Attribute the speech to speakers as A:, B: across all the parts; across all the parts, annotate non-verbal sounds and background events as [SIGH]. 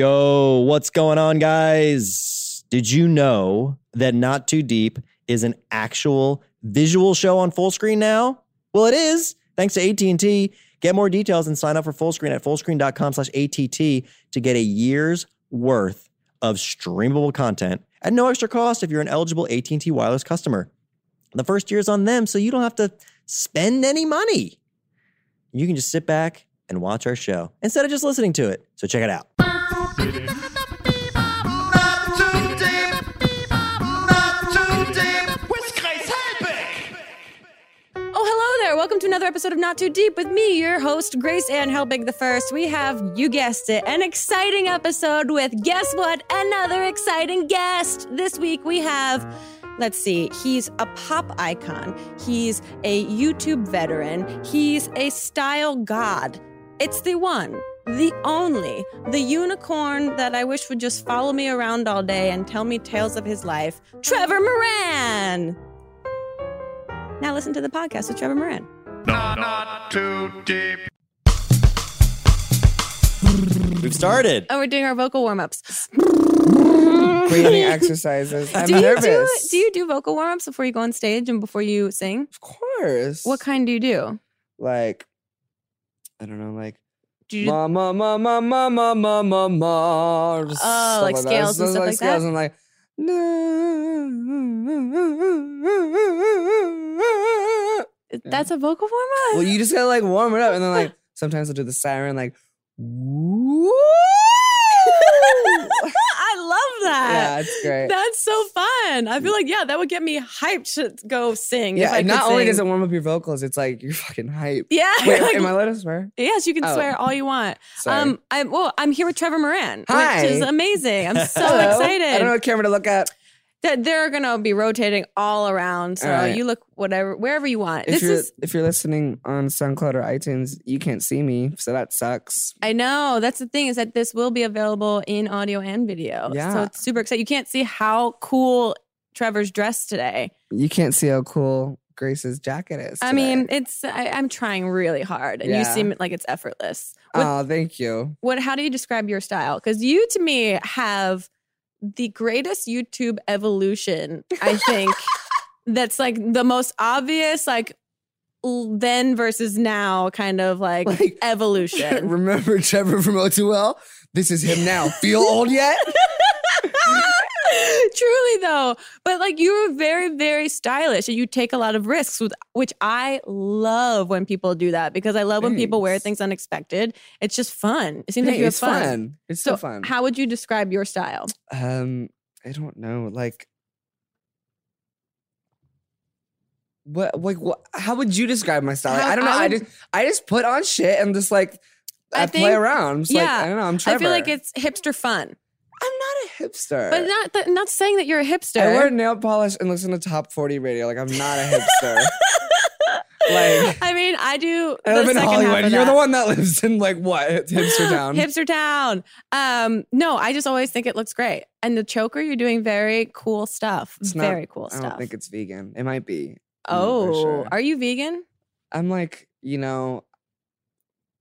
A: Yo, what's going on, guys? Did you know that Not Too Deep is an actual visual show on full screen now? Well, it is, thanks to AT&T. Get more details and sign up for full screen at fullscreen.com slash ATT to get a year's worth of streamable content at no extra cost if you're an eligible AT&T wireless customer. The first year's on them, so you don't have to spend any money. You can just sit back and watch our show instead of just listening to it. So check it out.
B: Not too deep. Not too deep. With Grace Helbig.
C: Oh, hello there. Welcome to another episode of Not Too Deep with me, your host, Grace Ann Helbig the First. We have, you guessed it, an exciting episode with, guess what, another exciting guest. This week we have, let's see, he's a pop icon, he's a YouTube veteran, he's a style god. It's the one. The only, the unicorn that I wish would just follow me around all day and tell me tales of his life, Trevor Moran. Now listen to the podcast with Trevor Moran.
B: Not too deep.
A: We've started.
C: Oh, we're doing our vocal warm
D: [LAUGHS]
C: ups. [LAUGHS]
D: breathing exercises. I'm
C: Do you
D: nervous.
C: do, do you do vocal warm ups before you go on stage and before you sing?
D: Of course.
C: What kind do you do?
D: Like, I don't know, like
C: Do [LAUGHS] you
D: ma ma ma ma ma ma ma ma ma. or stuff
C: Oh, like
D: that.
C: scales and
D: Just
C: stuff
D: like
C: like
D: scales
C: that?
D: and like.
C: that's a vocal warm up?
D: Well, you just gotta like warm it up, and then like sometimes I'll do the siren, like. Woo!
C: [LAUGHS] I love
D: [LAUGHS] yeah,
C: that.
D: it's great.
C: That's so fun. I feel like yeah, that would get me hyped to go sing. if
D: yeah,
C: I
D: and
C: could
D: not only does
C: sing.
D: it warm up your vocals, it's like you're
C: [LAUGHS]
D: fucking hype.
C: yeah.
D: Wait,
C: like-
D: am I allowed to swear?
C: Yes, you can
D: Oh.
C: swear all you want.
D: Sorry.
C: Um, I well, I'm here with Trevor Moran,
D: Hi.
C: which is amazing. I'm so
D: [LAUGHS] Hello.
C: excited.
D: I don't know what camera to look at.
C: that they're gonna be rotating all around. So
D: All right.
C: you look whatever wherever you want.
D: if
C: this
D: you're
C: is
D: if you're listening on SoundCloud or iTunes, you can't see me, so that sucks.
C: I know that's the thing is that this will be available in audio and video. So
D: Yeah.
C: it's super exciting. You can't see how cool Trevor's dressed today.
D: You can't see how cool Grace's jacket is.
C: I
D: today.
C: mean, it's I, I'm trying really hard, and you
D: Yeah.
C: seem like it's effortless. What,
D: oh, thank
C: [LAUGHS]
D: you.
C: what? How do you describe your style? Because you to me have the greatest YouTube evolution. I
D: [LAUGHS]
C: think that's like the most obvious, like l- then versus now kind of like,
D: Like- [LAUGHS]
C: evolution.
D: Remember Trevor from O2L? This is him now. Feel old yet?
C: [LAUGHS] Truly though, but like you were very, very stylish, and you take a lot of risks, with, which I love when people do that because I love when people wear
D: Thanks.
C: things unexpected. It's just fun. It seems like
D: Hey,
C: [LAUGHS] you have
D: it's fun. It's so, fun.
C: how would you describe your style?
D: um, I don't know. Like, what? Like, what? How would you describe my style? Like,
C: How-
D: I don't know.
C: I
D: I,
C: would-
D: just I just put on shit and just like
C: I
D: I,
C: think-
D: play around. I'm just like
C: yeah.
D: I don't know. I'm Trevor.
C: I feel like it's hipster fun,
D: I'm not a hipster.
C: but not th- not saying that you're a hipster. [LAUGHS]
D: I wear nail polish and listen to top 40 radio. Like, I'm not a
C: [LAUGHS]
D: hipster. like-
C: I mean, I do.
D: I
C: the
D: live in
C: second half
D: Hollywood.
C: of
D: You're the
C: that.
D: one that lives in, like,
C: [LAUGHS]
D: what? Hipster town.
C: Hipster town. Um, no, I just always think it looks great. And the choker, you're doing very cool stuff.
D: It's not-
C: very cool
D: I
C: stuff.
D: don't think it's vegan. It might be.
C: oh,
D: for sure.
C: are you vegan?
D: I'm like, you know,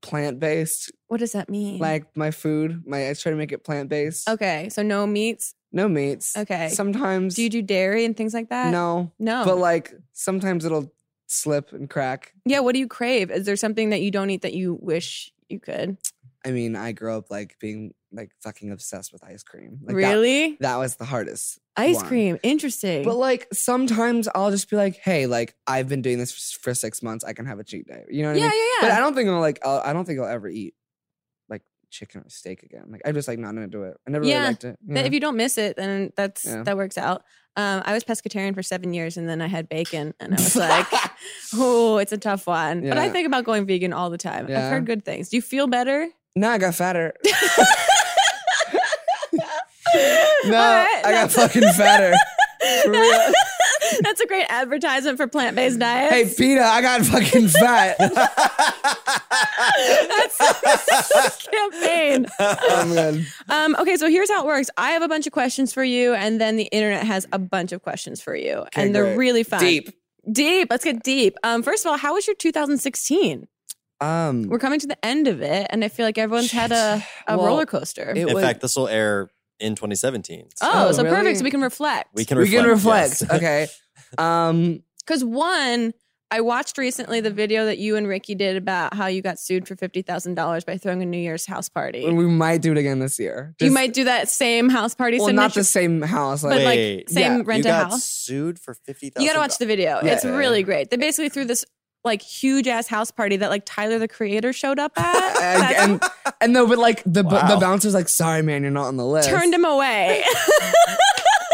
D: plant based.
C: What does that mean?
D: Like, my food, my I try to make it plant based.
C: okay, so no meats.
D: No meats.
C: Okay.
D: Sometimes.
C: Do you do dairy and things like that?
D: No.
C: no.
D: But, like, sometimes it'll slip and crack.
C: yeah. What do you crave? Is there something that you don't eat that you wish you could?
D: I mean, I grew up, like, being, like, fucking obsessed with ice cream. Like, that-
C: really?
D: that was the hardest.
C: Ice
D: one.
C: cream. Interesting.
D: But like sometimes I'll just be like, hey, like I've been doing this for, for six months. I can have a cheat day. You know what
C: yeah,
D: I
C: yeah,
D: mean?
C: yeah.
D: But I don't think I'll like. I'll, I don't think I'll ever eat like chicken or steak again. Like I'm just like not gonna do it. I never
C: Yeah.
D: really liked it.
C: That if you don't miss it, then that's
D: Yeah.
C: that works out. Um, I was pescatarian for seven years, and then I had bacon, and I
D: [LAUGHS]
C: was like, "Oh, it's a tough one." But I
D: Yeah.
C: think about going vegan all the time. I've
D: Yeah.
C: heard good things. Do you feel better?
D: no, I got fatter.
C: All
D: [LAUGHS]
C: [LAUGHS]
D: No,
C: right,
D: I got
C: that's-
D: fucking
C: [LAUGHS]
D: fatter. for real.
C: That's a great advertisement for plant-based diets.
D: hey, Peta, I got fucking fat.
C: [LAUGHS] That's the [LAUGHS] campaign.
D: oh my god.
C: Um, okay, so here's how it works. I have a bunch of questions for you, and then the internet has a bunch of questions for you, and they're
D: great.
C: really fun.
D: Deep.
C: deep. Let's get deep. Um, first of all, how was your 2016?
D: Um,
C: We're coming to the end of it, and I feel like everyone's had a, a
D: Well,
C: roller coaster.
D: it
A: in
D: was-
A: fact, this will air in 2017. So
C: oh,
D: Oh,
C: so perfect.
D: really?
C: So we can reflect.
A: we can
D: we
A: reflect.
D: can reflect.
A: yes.
D: okay. Um,
C: Because one, I watched recently the video that you and Ricky did about how you got sued for fifty thousand dollars by throwing a New Year's house party.
D: we might do it again this year.
C: you
D: Just-
C: might do that same house party.
D: Well,
C: same
D: not
C: night you-
D: the same house. Like,
C: but like
A: Wait,
C: same
D: yeah,
A: you
C: [LAUGHS] rent a
A: got
C: house.
A: sued for fifty thousand.
C: You got to watch the video.
D: Yeah.
C: It's really great. They basically threw this like huge ass house party that like Tyler the Creator showed up at.
D: [LAUGHS]
C: That's-
D: and, and and no, but like the
A: Wow.
D: the bouncer's like, sorry, man, you're not on the list.
C: turned him
D: [LAUGHS]
C: away.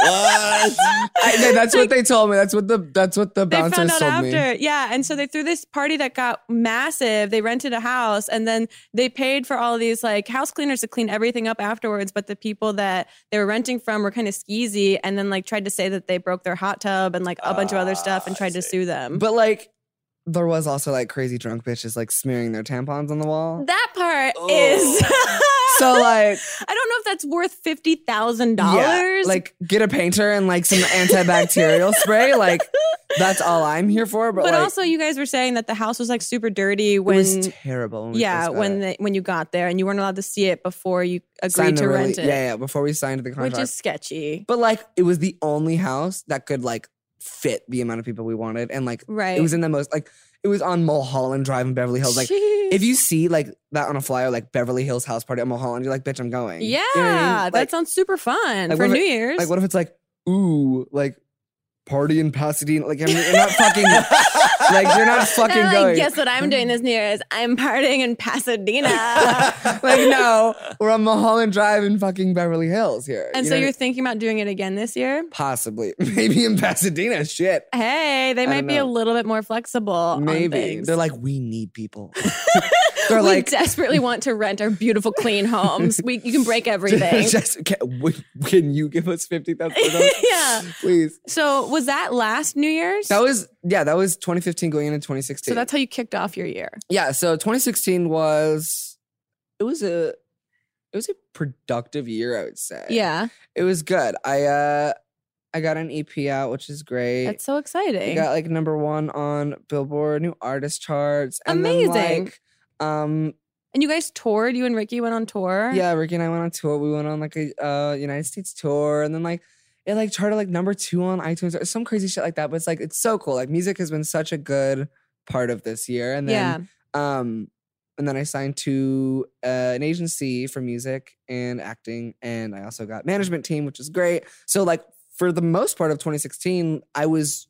A: What?
D: I, no,
C: [LAUGHS]
D: that's what they told me. That's what the that's what the
C: they
D: bouncer
C: found out
D: told me.
C: after. Yeah. And so they threw this party that got massive. They rented a house and then they paid for all these like house cleaners to clean everything up afterwards. But the people that they were renting from were kind of skeezy and then like tried to say that they broke their hot tub and like a bunch of other stuff and
A: Ah, I
C: tried to
A: see.
C: sue them.
D: But like, there was also like crazy drunk bitches like smearing their tampons on
C: [LAUGHS]
D: the wall.
C: that part
A: Oh.
C: is. [LAUGHS]
D: So like,
C: I don't know if that's worth fifty thousand
D: yeah,
C: dollars.
D: like get a painter and like
C: [LAUGHS]
D: some antibacterial spray. Like that's all I'm here for. But,
C: but
D: like,
C: also you guys were saying that the house was like super dirty
D: it was
C: when
D: terrible. When we
C: yeah
D: first got
C: when
D: it.
C: they, when you got there and you weren't allowed to see it before you agreed
D: Signed the
C: to
D: rela-
C: rent it
D: Yeah, yeah. Before we signed the contract,
C: which is sketchy
D: but like it was the only house that could like fit the amount of people we wanted, and like
C: right
D: it was in the most like it was on Mulholland Drive in Beverly Hills. Like
C: Jeez.
D: if you see like that on a flyer, like Beverly Hills house party at Mulholland, you're like, bitch, I'm going. You
C: yeah
D: know what I mean?
C: that
D: Like-
C: sounds super fun
D: like,
C: for
D: what if
C: new
D: it-
C: year's
D: Like, what if it's like, ooh, like party in Pasadena? Like, I mean, you're
C: [LAUGHS]
D: not fucking, like, you're not
C: And
D: fucking
C: I'm like,
D: going.
C: guess
D: [LAUGHS]
C: what I'm doing this New Year's? I'm partying in Pasadena.
D: [LAUGHS] like, no, we're on Mulholland Drive in fucking Beverly Hills here.
C: and so
D: You know what I
C: you're
D: mean?
C: thinking about doing it again this year?
D: possibly, [LAUGHS] maybe in Pasadena, shit.
C: Hey, they
D: I
C: might
D: don't
C: be a
D: know.
C: little bit more flexible. Oh, on
D: Maybe
C: things.
D: they're like, we
C: [LAUGHS]
D: need people. they're
C: we
D: like,
C: desperately want to rent our beautiful, clean homes. We, you can break everything.
D: [LAUGHS] Just, can, w- can you give us fifty thousand?
C: [LAUGHS] Yeah.
D: please.
C: So was that last New Year's?
D: That was yeah, that was 2015 going into 2016.
C: so that's how you kicked off your year.
D: yeah, so 2016 was it was a it was a productive year, I would say.
C: Yeah,
D: It was good. I uh I got an EP out, which is great.
C: that's so
D: I
C: exciting.
D: got like number 1 on Billboard new artist charts and then,
C: Amazing.
D: like, um
C: and you guys toured. You and Ricky went on tour.
D: yeah, Ricky and I went on tour. We went on like a uh, United States tour and then like it like charted like number 2 on iTunes or some crazy shit like that, but it's like it's so cool. Like music has been such a good part of this year and then
C: yeah.
D: Um, and then I signed to uh, an agency for music and acting, and I also got management team, which is great. So like for the most part of 2016, I was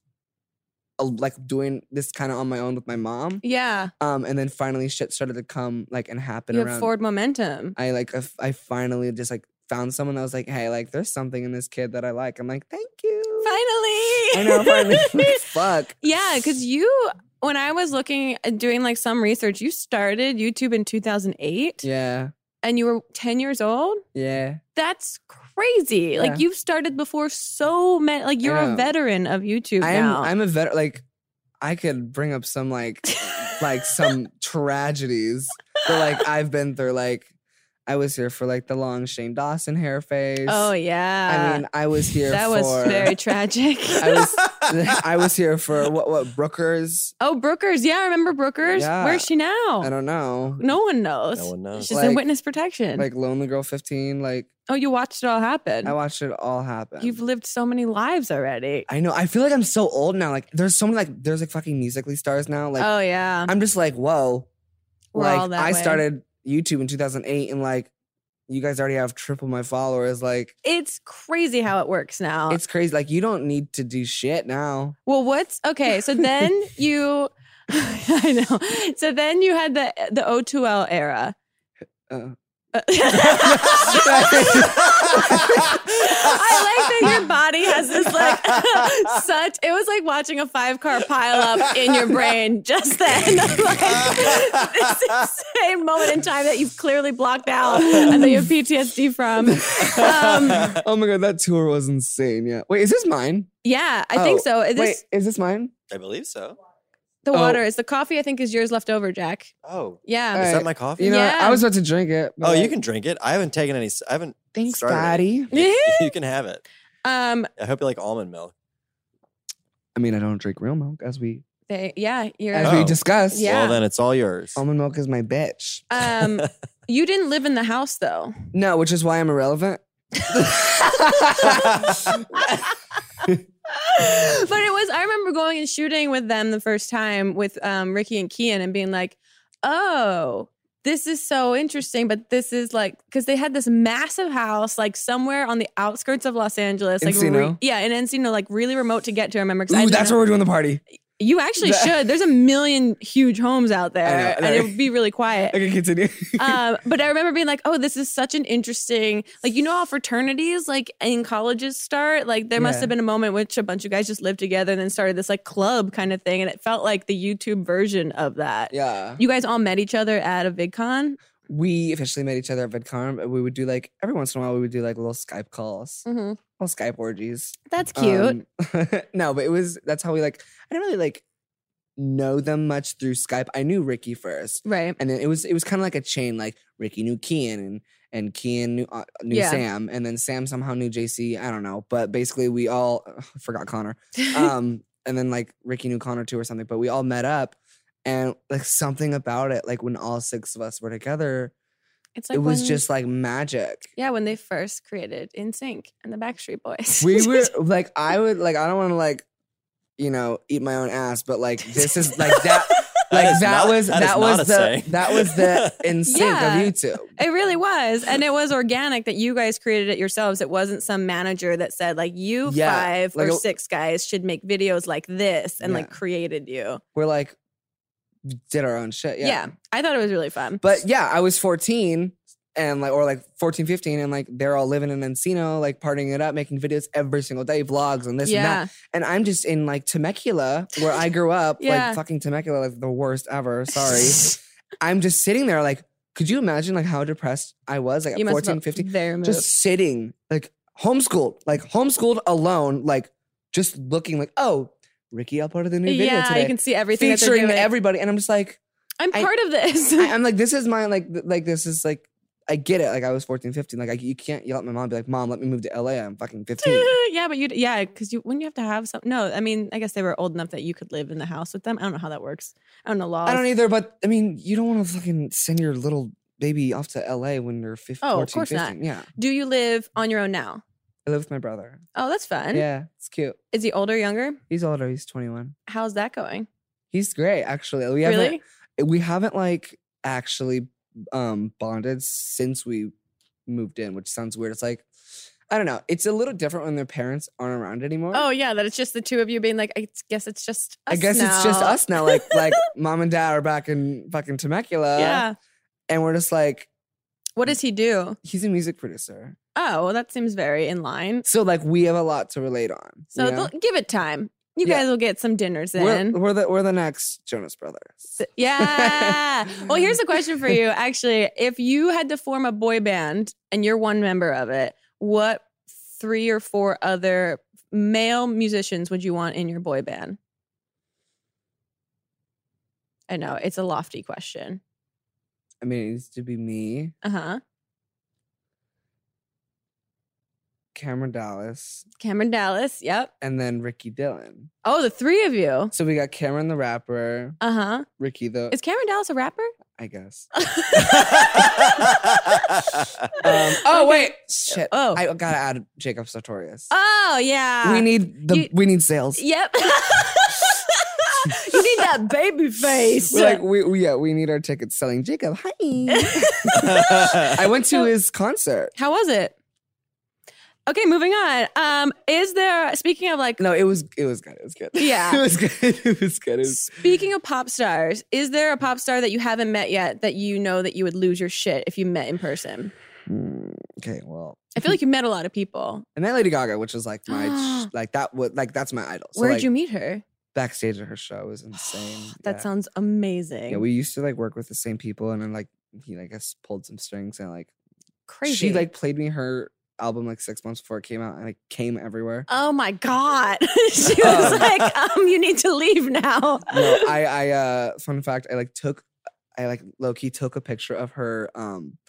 D: uh, like doing this kind of on my own with my mom.
C: Yeah.
D: Um, and then finally shit started to come like and happen
C: You
D: around.
C: have forward momentum.
D: I like I f- I finally just like found someone that was like, hey, like there's something in this kid that I like. I'm like, thank you. I
C: Finally.
D: know.
C: [LAUGHS]
D: Finally, [LAUGHS] fuck.
C: yeah, because you, when I was looking and doing like some research, you started YouTube in 2008
D: Yeah.
C: and you were 10 years old.
D: Yeah.
C: That's crazy.
D: Yeah.
C: Like you've started before so many, like you're a
D: know.
C: veteran of YouTube
D: I'm
C: now. [LAUGHS]
D: I'm a vet. Like I could bring up some like
C: [LAUGHS]
D: like some tragedies that like I've been through. Like I was here for like the long Shane Dawson hair phase.
C: oh, yeah.
D: I mean, I was here.
C: that
D: for,
C: was very tragic.
D: [LAUGHS] I was I was here for what what Brookers.
C: [LAUGHS] Oh, Brookers. Yeah, I remember Brookers.
D: Yeah.
C: Where's she
D: I
C: now?
D: don't know.
C: No one knows.
A: No one knows.
C: She's in
D: Like-
C: witness protection.
D: Like Lonely Girl 15. Like
C: oh, you watched it all happen.
D: I watched it all happen.
C: You've lived so many lives already.
D: I know. I feel like I'm so old now. Like there's so many like there's like fucking musically stars now. Like
C: oh, yeah.
D: I'm just like, whoa.
C: We're
D: like
C: all that
D: I
C: way.
D: started YouTube in 2008 and like you guys already have triple my followers like
C: It's crazy how it works now.
D: it's crazy like you don't need to do shit now
C: well, what's okay?
D: [LAUGHS]
C: So then you, [LAUGHS] I know. So then you had the the O2L era. [LAUGHS]
D: uh,
C: Uh, [LAUGHS] I like that your body has this like [LAUGHS] such. It was like watching a five car pileup in your brain just then. [LAUGHS] like this insane moment in time that you've clearly blocked out and that you have PTSD
D: [LAUGHS]
C: from. Um,
D: oh my god that tour was insane yeah wait is this mine
C: yeah, I think so.
D: Oh,
C: Is
D: wait
C: this
D: is this mine
A: I believe so.
C: the
D: oh.
C: water? Is the coffee? I think is yours left over, Jack.
A: Oh,
C: Yeah.
A: is
D: All
A: that
D: right.
A: my coffee?
D: you know
C: Yeah.
D: i was about to drink it but,
A: oh, you
D: like,
A: can drink it. I haven't taken any. s- I
C: [LAUGHS]
A: haven't.
D: thanks
A: started
D: daddy
A: it. [LAUGHS] you can have it.
C: um,
A: I hope you like almond milk.
D: i mean i don't drink real milk as we
C: They, yeah, you're.
D: as
A: Oh.
D: we discussed.
C: Yeah.
A: Well, then it's all yours. [LAUGHS]
D: Almond milk is my bitch.
C: [LAUGHS] Um, you didn't live in the house
D: [GASPS]
C: though.
D: No, which is why I'm irrelevant.
C: but it was I remember going and shooting with them the first time with um, Ricky and Kian and being like, oh, this is so interesting. But this is like because they had this massive house like somewhere on the outskirts of Los Angeles, like
D: Encino.
C: yeah, in Encino, like really remote to get to. I remember 'cause I
D: Ooh,
C: didn't
D: that's
C: know-
D: where we're doing the party.
C: you actually
D: [LAUGHS] That-
C: should. There's a million huge homes out there,
D: I know, I
C: and it
D: know.
C: would be really quiet.
D: Okay,
C: [LAUGHS]
D: continue.
C: um, but I remember being like, "Oh, this is such an interesting like you know how fraternities like in colleges start like there must
D: Yeah.
C: have been a moment which a bunch of guys just lived together and then started this like club kind of thing, and it felt like the YouTube version of that.
D: [LAUGHS] yeah.
C: You guys all met each other at a VidCon.
D: We officially met each other at VidCon. but We would do like every once in a while we would do like little Skype calls.
C: Mm-hmm.
D: Little Skype orgies.
C: That's cute.
D: Um, [LAUGHS] no, but it was that's how we like I didn't really like know them much through Skype. I knew Ricky first.
C: Right.
D: And then it was it was kind of like a chain, like Ricky knew Kian and and Kian knew uh, knew
C: Yeah.
D: Sam, and then Sam somehow knew JC. I don't know, but basically we all [LAUGHS] ugh, I forgot Connor.
C: [LAUGHS]
D: Um, and then like Ricky knew Connor too or something. But we all met up, and like something about it, like when all six of us were together,
C: it's
D: it was
C: when-
D: just like magic.
C: yeah when they first created In Sync and the Backstreet Boys. [LAUGHS]
D: We were like, I would like, I don't want to like, you know, eat my own ass, but like this is like that. Like
A: is
D: that,
A: not-
D: was that,
A: that is
D: was
A: not a
D: the
A: saying.
D: that was the in sync
C: Yeah.
D: of YouTube.
C: It really was. And it
D: [LAUGHS]
C: was organic that you guys created it yourselves. It wasn't some manager that said, like, you
D: Yeah,
C: five
D: like
C: or
D: a-
C: six guys should make videos like this and like
D: Yeah.
C: created you.
D: We're like did our own shit.
C: Yeah. I thought it was really fun.
D: But yeah, I was 14 and like, or like 14, 15, and like they're all living in Encino, like partying it up, making videos every single day, vlogs and this
C: yeah.
D: and that. And I'm just in like Temecula, where I grew up,
C: Yeah.
D: like fucking Temecula, like the worst
C: [LAUGHS]
D: ever. Sorry. I'm just sitting there, like, could you imagine like how depressed I was like at
C: you must
D: 14, 15?
C: Very
D: Just sitting, like homeschooled, like homeschooled alone, like just looking like, oh, Ricky uploaded a new video
C: yeah,
D: today.
C: you can see everything that they're
D: featuring
C: doing.
D: everybody. And I'm
C: [LAUGHS]
D: just like,
C: I'm
D: I-
C: part of this. [LAUGHS]
D: I, am like, this is my like, th- like this is like, I get it. Like I was 14, 15. Like I, you can't yell at my mom. and Be like, mom, let me move to LA. I'm
C: [LAUGHS]
D: fucking 15.
C: yeah, but you, yeah, because you wouldn't you have to have some. No, I mean, I guess they were old enough that you could live in the house with them. I don't know how that works. I don't know laws.
D: I don't either. But I mean, you don't want to fucking send your little baby off to LA when you're 15.
C: Oh, of
D: 14,
C: course not.
D: 15. Yeah,
C: Do you live on your own now?
D: I live with my brother.
C: Oh, that's fun.
D: Yeah, it's cute.
C: Is he older, younger?
D: He's older. He's 21.
C: How's that going?
D: He's great, actually. We haven't,
C: really?
D: we haven't like actually um bonded since we moved in, which sounds weird. It's like. I don't know. It's a little different when their parents aren't around anymore.
C: Oh yeah, that it's just the two of you being like, I guess it's just. Us
D: I guess it's just
C: now."
D: us now. Like
C: [LAUGHS]
D: like mom and dad are back in fucking Temecula.
C: yeah.
D: And we're just like,
C: What does he do?
D: he's a music producer.
C: Oh, well, that seems very in line.
D: So like we have a lot to relate on.
C: So
D: you know?
C: they'll- give it time. You
D: Yeah.
C: guys will get some dinners
D: we're,
C: in.
D: we're the we're the next Jonas Brothers.
C: S-
D: [LAUGHS]
C: yeah. well, here's a question for you. Actually, if you had to form a boy band and you're one member of it, what three or four other male musicians would you want in your boy band? I know it's a lofty question.
D: I mean, it needs to be me,
C: Uh huh.
D: Cameron Dallas,
C: Cameron Dallas. Yep.
D: and then Ricky Dillon.
C: Oh, the three of you.
D: So we got Cameron the rapper,
C: Uh huh.
D: Ricky the
C: Is Cameron Dallas a rapper? [LAUGHS]
D: I guess. Um,
A: Um,
D: oh
C: Okay.
D: wait, shit.
C: Oh.
D: I gotta add Jacob Sartorius.
C: Oh yeah.
D: we need the
C: you-
D: we need sales. [LAUGHS]
C: Yep. you need that baby face.
D: We're like we, we yeah we need our tickets selling.
C: [LAUGHS]
D: Jacob, hi. I went to
C: So-
D: his concert.
C: How was it? Okay, moving on. Um, is there speaking of like
D: No, it was it was good. It was good. [LAUGHS]
C: Yeah.
D: it was good. It was good. It was,
C: speaking of pop stars, is there a pop star that you haven't met yet that you know that you would lose your shit if you met in person?
D: Mm, okay, well,
C: I feel like you met a lot of people.
D: and then Lady Gaga, which was like
C: [GASPS]
D: my sh- like that was like that's my idol. [LAUGHS] So,
C: Where did
D: like,
C: you meet her?
D: backstage at her
C: [GASPS]
D: show was insane.
C: that
D: yeah.
C: sounds amazing.
D: yeah. We used to like work with the same people, and then like he like I guess pulled some strings and like
C: Crazy.
D: she like played me her album like six months before it came out, and it came everywhere.
C: Oh my God. [LAUGHS] she was
D: [LAUGHS] Um.
C: like, um, you need to leave now. [LAUGHS]
D: no, I, I, uh, fun fact, I like took, I like low key took a picture of her, um,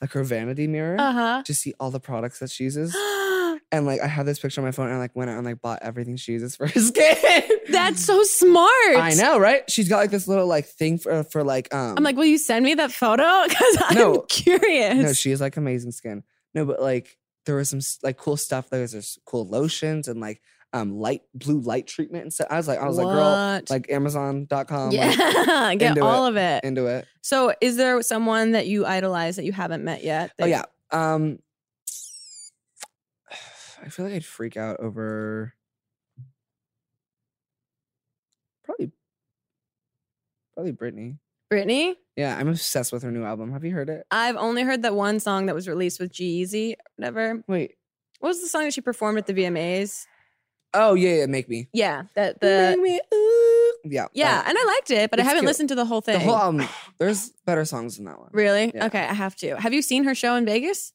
D: like her vanity mirror
C: Uh [LAUGHS] [GASPS]
D: to see all the products that she uses.
C: huh.
D: And like I have this picture on my phone, and I like went out and like bought everything she uses for [LAUGHS] his kid.
C: [GASPS] That's so smart.
D: I know, right? She's got like this little like thing for for like um.
C: I'm like, will you send me that photo? [LAUGHS] Because I'm
D: No.
C: curious.
D: no, she is like amazing skin. No, but like there was some s- like cool stuff. There was this cool lotions and like um light blue light treatment and stuff. I was like, I was like, girl,
C: What?
D: like Amazon.com, like,
C: [LAUGHS] yeah, get
D: into
C: all of it.
D: into it. Oh,
C: So, is there someone that you idolize that you haven't met yet?
D: Oh
C: that-
D: yeah. Um, [SIGHS] I feel like I'd freak out over probably probably Britney.
C: Brittany.
D: Yeah, I'm obsessed with her new album. Have you heard it?
C: I've only heard that one song that was released with G-Eazy, whatever.
D: Wait.
C: What was the song that she performed at the VMAs?
D: Oh yeah, yeah. Make me.
C: Yeah, that the
D: Make me, ooh. Yeah. that
C: yeah,
D: one.
C: and I liked it, but I
D: It's
C: haven't
D: good.
C: listened to the whole thing.
D: The
C: [SIGHS]
D: whole album. There's better songs than that one.
C: really?
D: Yeah.
C: Okay, I have to. Have you seen her show in Vegas?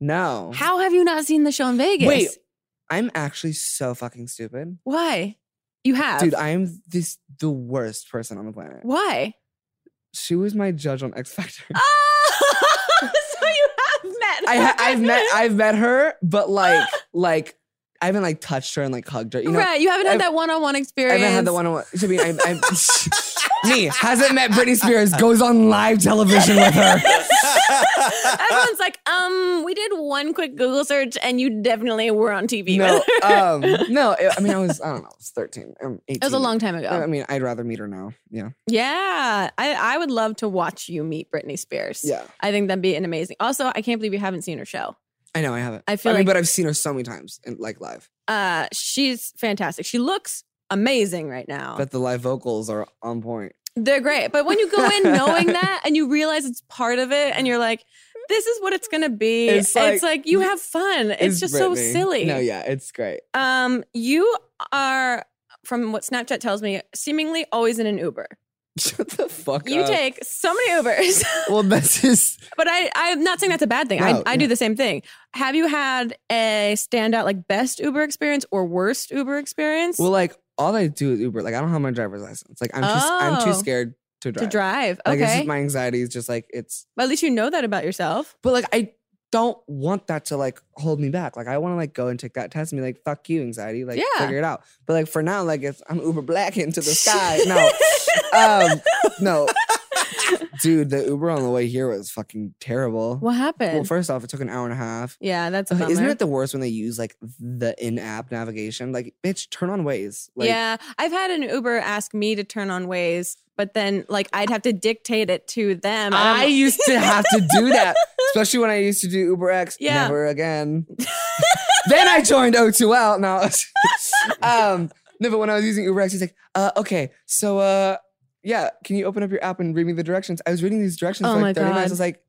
D: No.
C: How have you not seen the show in Vegas?
D: Oh. Wait. I'm actually so fucking stupid,
C: why? You have,
D: dude. I am this the worst person on the planet. [LAUGHS]
C: why?
D: She was my judge on X Factor.
C: Oh, [LAUGHS] so you have met.
D: [LAUGHS] I ha- I've
C: her.
D: met I've met her, but like [LAUGHS] like I haven't like touched her and like hugged her. You know,
C: right, you haven't had
D: I've-
C: that one-on-one
D: I
C: experience.
D: haven't had the one [LAUGHS] on one. I mean, I, [LAUGHS] I, me hasn't met Britney [LAUGHS] Spears goes on live television with [LAUGHS] her.
C: Everyone's like, um, we did one quick Google search, and you definitely were on TV.
D: No,
C: with [LAUGHS] her.
D: [LAUGHS] um, no. I- I mean, I was I don't know, I was thirteen, um, eighteen.
C: It was a long time ago.
D: I mean, I'd rather meet her now. Yeah,
C: yeah, I, I would love to watch you meet Britney Spears.
D: yeah.
C: I think that'd be an amazing. Also, I can't believe you haven't seen her show.
D: I know I haven't.
C: I feel
D: mean,
C: like-
D: but I've seen her so many times in like live.
C: Uh, she's fantastic. She looks amazing right now.
D: But the live vocals are on point.
C: They're great. But when you go
D: [LAUGHS]
C: in knowing that and you realize it's part of it, and you're like, this is what it's gonna be.
D: It's
C: It's like,
D: like-
C: you have fun. It's, just so
D: Britney.
C: silly.
D: No, yeah, it's great. [LAUGHS]
C: Um, you are from what Snapchat tells me, seemingly always in an Uber.
D: Oh Shut the fuck
C: You
D: up.
C: take so many Ubers. [LAUGHS]
D: well, [LAUGHS] that's just
C: But I, I'm not saying that's a bad thing.
D: No,
C: I, I do the same thing. Have you had a standout like best Uber experience or worst Uber experience
D: Well, like all I do is Uber. Like I don't have my driver's license. Like I'm too, I'm too
C: Oh.
D: scared to drive.
C: to drive?
D: Like it's
C: Okay.
D: just my anxiety is just like it's.
C: But at least you know that about yourself.
D: But like I don't want that to like hold me back. Like I want to like go and take that test and be like, fuck you, anxiety. Like
C: Yeah.
D: figure it out. But like for now, like it's I'm Uber black
C: [LAUGHS]
D: into the sky. No, um, no, dude, the Uber on the way here was fucking terrible.
C: What happened?
D: Well, first off, it took an hour and a half.
C: yeah, that's a
D: Okay, isn't
C: bummer.
D: it the worst when they use like the in-app navigation? Like, bitch, turn on Waze. Like,
C: yeah, I've had an Uber ask me to turn on Waze, but then like I'd have to dictate it to them.
D: I used to have to
C: [LAUGHS]
D: do that, especially when I used to do Uber X.
C: Yeah.
D: Never again.
C: [LAUGHS]
D: then I joined O2L. Now, um, no, but when I was using Uber X, he's like, uh, okay, so uh, yeah, can you open up your app and read me the directions? I was reading these directions
C: Oh
D: for
C: my
D: like 30 minutes.
C: God.
D: I was like,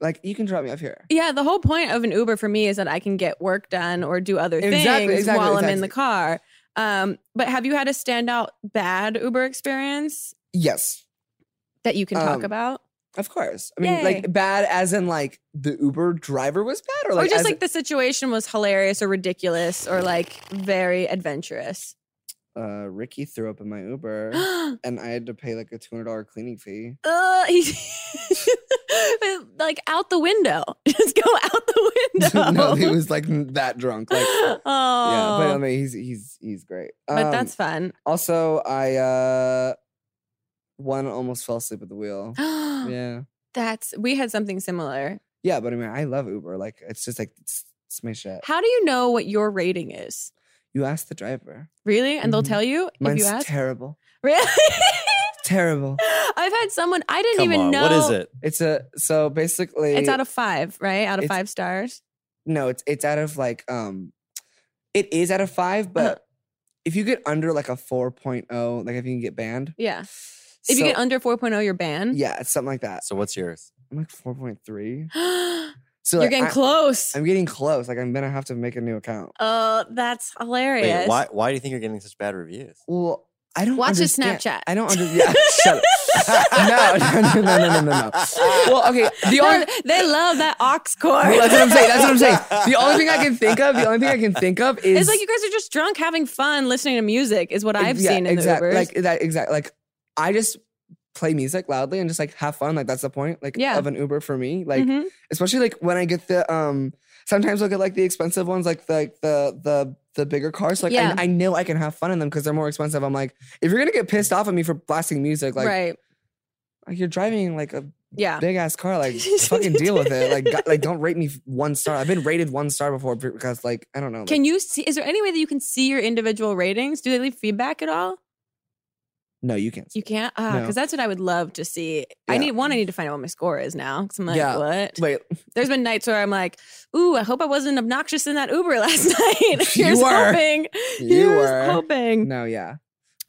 D: like you can drop me off here.
C: yeah, the whole point of an Uber for me is that I can get work done or do other
D: Exactly,
C: things
D: exactly,
C: while I'm in the
D: exactly.
C: car. Um, but have you had a standout bad Uber experience
D: Yes,
C: that you can talk
D: Um,
C: about?
D: of course. I mean,
C: Yay.
D: like bad as in like the Uber driver was bad, or like
C: or just
D: as-
C: like the situation was hilarious or ridiculous or like very adventurous.
D: uh, Ricky threw up in my Uber.
C: [GASPS]
D: [GASPS]
C: Ugh,
D: And I had to pay like a two hundred dollar cleaning fee.
C: Uh, [LAUGHS] he- like out the window. [LAUGHS] Just go out the [LAUGHS] window.
D: [LAUGHS] no, he was like that drunk.
C: [LAUGHS] [GASPS]
D: Like
C: oh.
D: Yeah, but I
C: but,
D: mean, he's he's he's great. Um,
C: that's fun. [GASPS]
D: also I uh one almost fell asleep at
C: [GASPS]
D: the wheel. yeah,
C: That's we had something similar.
D: yeah, but I mean, I love Uber. Like, it's just like it's, it's my shit.
C: How do you know what your rating is?
D: You ask the driver.
C: Really? And they'll
D: Mhm.
C: tell you
D: Mine's
C: if you ask.
D: terrible.
C: [LAUGHS] really?
D: Terrible.
C: I've had someone I didn't
A: Come
C: even
A: on,
C: know.
A: what is it?
D: It's a so basically
C: It's out of five, right? Out of
D: It's-
C: five stars.
D: no. It's it's out of like um, it is out of five, but.
C: Uh-huh.
D: If you get under like a 4.0, like if you can get banned.
C: Yeah. If you get under 4.0, you're banned.
D: Yeah, it's something like that.
A: So what's yours?
D: I'm like 4.3.
C: [GASPS]
D: So
C: you're
D: like,
C: getting
D: I-
C: close.
D: I'm getting close. Like I'm gonna have to make a new account.
C: Oh, that's
A: Wait,
C: hilarious.
A: why why do you think you're getting such bad reviews?
D: Well, I don't
C: Watch his
D: understand-
C: Snapchat.
D: I don't
C: [LAUGHS]
D: understand. Yeah, shut up. No, no, no, no, no, no, no. Well, okay. [LAUGHS] The only
C: They're- they love that ox cord. [LAUGHS]
D: well, that's what I'm saying. That's what I'm saying. The only thing I can think of, the only thing I can think of
C: [LAUGHS]
D: is eh,
C: it's like you guys are just drunk having fun listening to music, is what I've
D: Yeah,
C: seen in
D: exact-
C: the Ubers.
D: Like that exact like I just play music loudly and just like have fun. Like that's the point. Like
C: Yeah.
D: of an Uber for me. Like
C: Mhm.
D: especially like when I get the um sometimes look at like the expensive ones, like the like the the the bigger cars. Like
C: Yeah.
D: I, I know I can have fun in them because they're more expensive. I'm like, if you're gonna get pissed off at me for blasting music, like,
C: right. Ah.
D: like you're driving like a
C: Yeah.
D: big ass
C: [LAUGHS]
D: car, like fucking deal with it. Like go- like don't rate me one star. I've been rated one star before because like I don't know. like,
C: Can you see? Is there any way that you can see your individual ratings? Do they leave feedback at all?
D: no, you can't.
C: You can't. Ah,
D: No.
C: because that's what I would love to see. I
D: Yeah.
C: need one. I need to find out what my score is now. Because I'm like,
D: Yeah.
C: what? [LAUGHS]
D: Wait,
C: There's been nights where I'm like, ooh, I hope I wasn't obnoxious in that Uber [LAUGHS] last
D: [LAUGHS]
C: night.
D: You
C: Here's
D: were.
C: hoping.
D: you
C: Here's
D: were
C: hoping.
D: no, yeah.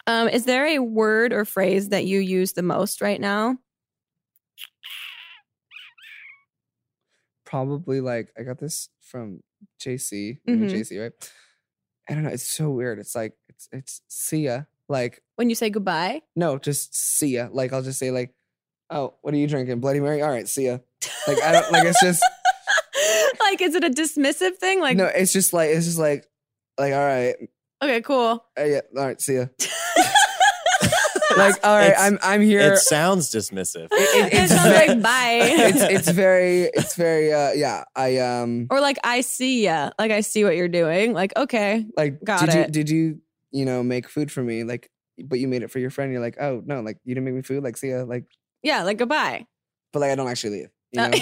C: Um, is there a word or phrase that you use the most right now?
D: probably like I got this from JC, you know
C: Mhm.
D: JC, right? I don't know. It's so weird. It's like it's it's see ya. Like
C: When you say goodbye?
D: no, just see ya. Like I'll just say like, oh, what are you drinking? Bloody Mary. All right, see ya. Like I don't like it's just
C: [LAUGHS] like, is it a dismissive thing? [LAUGHS] Like,
D: no. It's just like it's just like like all right,
C: okay,
D: [LAUGHS]
C: cool.
D: uh, yeah, all right,
C: [LAUGHS]
D: see ya. Like all right,
A: It's-
D: I'm I'm here.
A: It
D: It's,
A: sounds dismissive.
D: it-
C: It's
D: it's
C: not
D: ve-
C: like
D: [LAUGHS] it's
C: bye.
D: very it's very uh yeah. I um
C: [LAUGHS] or like I see ya. Like I see what you're doing. Like, okay.
D: like
C: Got
D: did
C: it.
D: you did you you know make food for me like but you made it for your friend you're like oh no like you didn't make me food like see ya like
C: Yeah, like goodbye.
D: but like i don't actually leave you
C: Uh, [LAUGHS]
D: know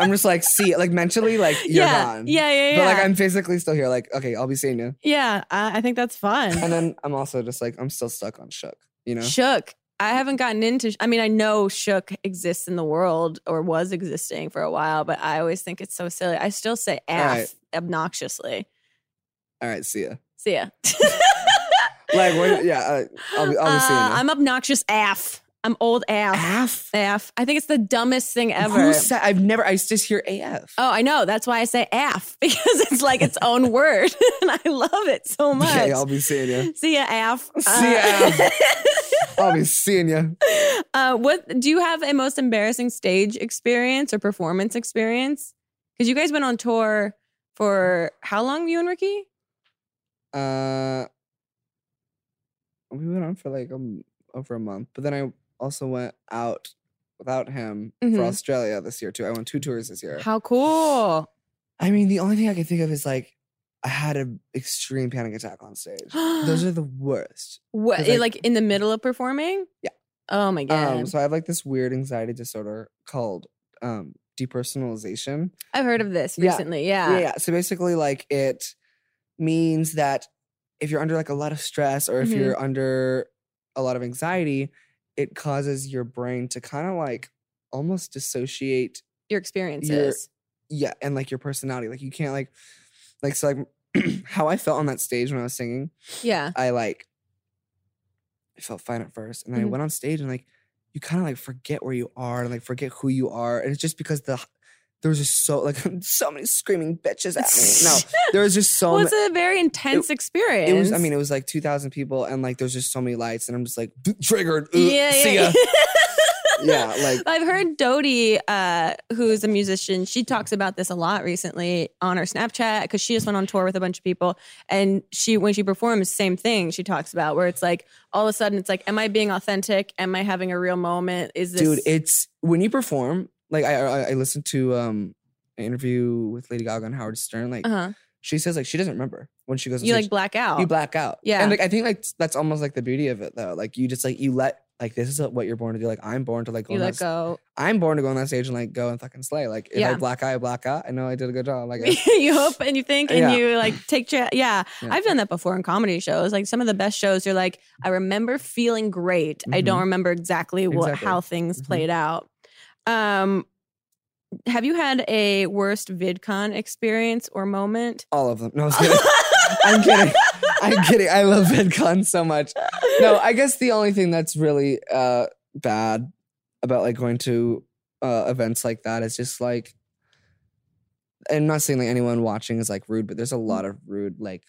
D: i'm just like see like mentally like you're
C: yeah,
D: gone
C: yeah, yeah, yeah.
D: but like i'm physically still here like okay i'll be seeing you
C: yeah, I, I think that's
D: and
C: fun.
D: then i'm also just like i'm still stuck on shook you know
C: Shook. I haven't gotten into. I mean, I know Shook exists in the world or was existing for a while, but I always think it's so silly. I still say "aff"
D: right.
C: obnoxiously.
D: all right see ya
C: See ya. [LAUGHS]
D: like when, yeah uh, i'll be, I'll be seeing
C: Uh,
D: you
C: I'm obnoxious AF. I'm old AF.
D: af
C: AF. I think it's the dumbest thing ever.
D: who said i've never i just hear af
C: oh, I know. That's why I say AF [LAUGHS] because it's like its
D: [LAUGHS]
C: own word. and I love it so Oh, much.
D: okay i'll be seeing you
C: See ya, AF.
D: See ya, i'll
C: [LAUGHS]
D: be seeing you
C: Uh, [LAUGHS] uh, what do you have a most embarrassing stage experience or performance experience? Because you guys went on tour for how long, you and Ricky?
D: Uh, we went on for like um over a month, but then I also went out without him
C: Mhm.
D: for Australia this year too. I went two tours this year.
C: How cool. [GASPS]
D: I mean, the only thing I can think of is like I had an extreme panic attack on
C: [GASPS]
D: stage. Those are the worst.
C: What,
D: 'Cause I-
C: like in the middle of performing?
D: Yeah.
C: Oh my god.
D: Um, so I have like this weird anxiety disorder called um depersonalization.
C: I've heard of this
D: Yeah.
C: recently.
D: yeah.
C: Yeah.
D: yeah. So basically, like it means that if you're under like a lot of stress or if
C: Mhm.
D: you're under a lot of anxiety, it causes your brain to kind of like almost dissociate.
C: Your experiences.
D: Yeah, and like your personality, like you can't like, like so like [CLEARS THROAT] how I felt on that stage when I was singing.
C: yeah.
D: I like, I felt fine at first, and then
C: Mhm.
D: I went on stage and like you kind of like forget where you are and like forget who you are, and it's just because the there was just so like [LAUGHS] so many screaming bitches at
C: [LAUGHS]
D: me. No, there was just so
C: well,
D: many.
C: it's a very intense experience.
D: It was. I mean, it was like two thousand people, and like there's just so many lights, and I'm just like triggered. Ugh,
C: yeah,
D: see
C: yeah. [LAUGHS]
D: ya. yeah, like
C: I've heard Dodie, uh, who's a musician, she talks about this a lot recently on her Snapchat because she just went on tour with a bunch of people, and she when she performs, same thing she talks about where it's like all of a sudden it's like, am I being authentic? Am I having a real moment? Is this
D: dude, it's when you perform. Like I, I, I listened to um an interview with Lady Gaga and Howard Stern. Like
C: uh-huh.
D: she says, like she doesn't remember when she goes. on
C: you
D: stage.
C: like black out?
D: you black out.
C: Oh. Yeah.
D: and like I think like that's almost like the beauty of it though. Like you just like you let like this is what you're born to do. Like I'm born to like go.
C: you
D: on
C: let
D: that, s-
C: go.
D: I'm born to go on that stage and like go and fucking slay. Like if
C: Yeah.
D: I black out, I black out. I know I did a good job. Like I-
C: [LAUGHS] you hope and you think and
D: Yeah.
C: you like take cha- yeah.
D: Yeah.
C: I've done that before in comedy shows. Like some of the best shows, you're like, I remember feeling great. I don't remember exactly what
D: Mm-hmm. Exactly.
C: how things
D: Mhm.
C: played out. Um, have you had a worst VidCon experience or moment?
D: all of them. No, I was kidding. [LAUGHS]
C: [LAUGHS]
D: I'm kidding. I'm kidding. I love VidCon so much. No, I guess the only thing that's really uh, bad about like going to uh, events like that is just like, I'm not saying like anyone watching is like rude, but there's a lot of rude like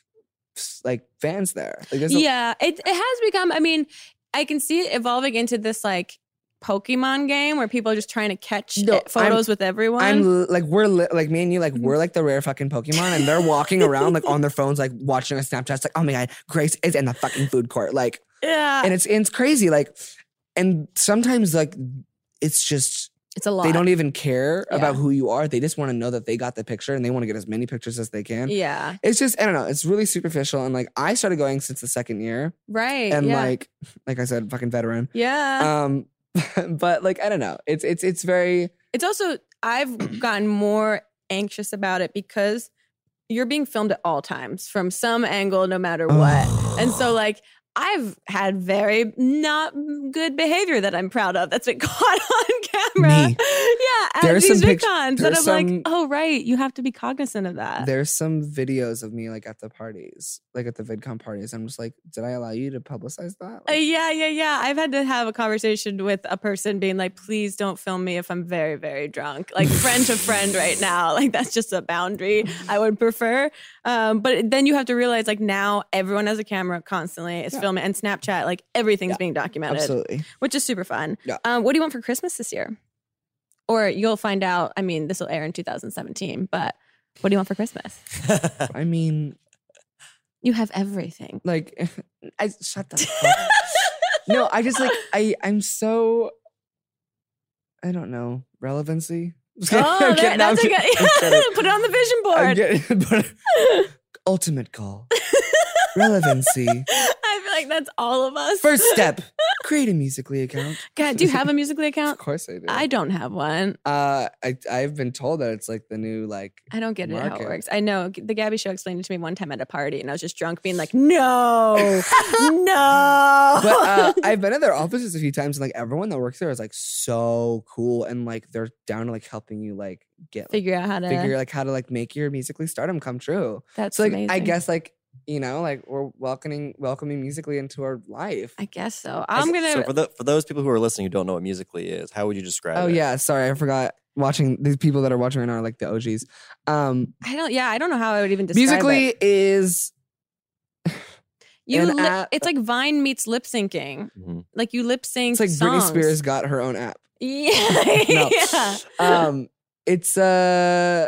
D: s- like fans there. Like there's a-
C: yeah, it it has become. I mean, I can see it evolving into this like Pokemon game where people are just trying to catch
D: No,
C: eh, photos with everyone.
D: I'm li- like we're li- like me and you like
C: Mhm.
D: we're like the rare fucking Pokemon, and they're
C: [LAUGHS]
D: walking around like on their phones, like watching a Snapchat. It's like, oh my god, Grace is in the fucking food court. Like
C: yeah,
D: and it's and it's crazy like and sometimes like it's just
C: It's a lot.
D: They don't even care
C: Yeah.
D: about who you are. They just want to know that they got the picture and they want to get as many pictures as they can.
C: Yeah.
D: It's just I don't know. It's really superficial and like I started going since the second year
C: Right.
D: and
C: yeah. Uh.
D: like [LAUGHS] like I said, fucking veteran.
C: yeah.
D: Um, [LAUGHS] but like I don't know. It's it's it's very
C: It's also
D: [CLEARS THROAT]
C: I've gotten more anxious about it because you're being filmed at all times from some angle, no matter
D: [SIGHS]
C: what. and so like I've had very not good behavior that I'm proud of that's been [LAUGHS] caught on camera.
D: Me.
C: Yeah, at
D: There are
C: these
D: some pict-
C: VidCons
D: there
C: that
D: are
C: I'm
D: some-
C: like, oh right, you have to be cognizant of that.
D: there's some videos of me like at the parties, like at the VidCon parties. I'm just like, did I allow you to publicize that?
C: Uh,
D: Like,
C: yeah, yeah, yeah. I've had to have a conversation with a person being like, please don't film me if I'm very, very drunk. Like, friend to friend right now. Like, that's just a boundary I would prefer. Um, but then you have to realize, like, now everyone has a camera constantly. It's
D: Yeah.
C: filming and Snapchat, like, everything's
D: Yeah,
C: being documented,
D: absolutely.
C: which is super fun.
D: Yeah.
C: Um, what do you want for Christmas this year? Or you'll find out. I mean, this will air in 2017, but what do you want for Christmas?
D: I mean,
C: You have everything.
D: like, [LAUGHS] I shut the fuck. up. no, I just like I I'm so I don't know relevancy.
C: [LAUGHS]
D: [LAUGHS]
C: Oh,
D: I'm
C: there,
D: kidding, no, I'm
C: that's okay.
D: kidding, I'm
C: [LAUGHS]
D: kidding.
C: Put it on the vision board.
D: I'm kidding, [LAUGHS] but- ultimate goal, relevancy.
C: I feel like that's all of us.
D: First
C: [LAUGHS]
D: step, create a musically account.
C: God, do you have a
D: [LAUGHS]
C: musically
D: Of
C: account?
D: course I do.
C: I don't have one.
D: uh, I I've been told that it's like the new like.
C: I don't get it how it
D: Market.
C: works. I know the Gabby show explained it to me one time at a party, and I was just drunk, being like,
D: [LAUGHS]
C: "No, no." [LAUGHS]
D: But uh, I've been at their offices a few times, and like everyone that works there is like so cool, and like they're down to like helping you like get like,
C: figure out how to.
D: figure like how to like make your musically stardom come true.
C: that's
D: So like I
C: amazing.
D: guess like you know like we're welcoming welcoming musically into our life.
C: I guess so. [LAUGHS] I'm gonna.
A: [LAUGHS] So for the for those people who are listening who don't know what musically is, how would you describe
D: oh
A: it?
D: yeah, sorry I forgot. Watching these people that are watching right now are like the OGs. Um,
C: I don't. Yeah, I don't know how I would even describe
D: musically
C: it.
D: is
C: You.
D: an
C: Li-
D: app-
C: it's like Vine meets lip syncing.
A: Mhm.
C: Like you lip sync.
D: it's like
C: songs.
D: Britney Spears got her own app.
C: [LAUGHS] Yeah.
D: No.
C: [LAUGHS] yeah.
D: Um, it's uh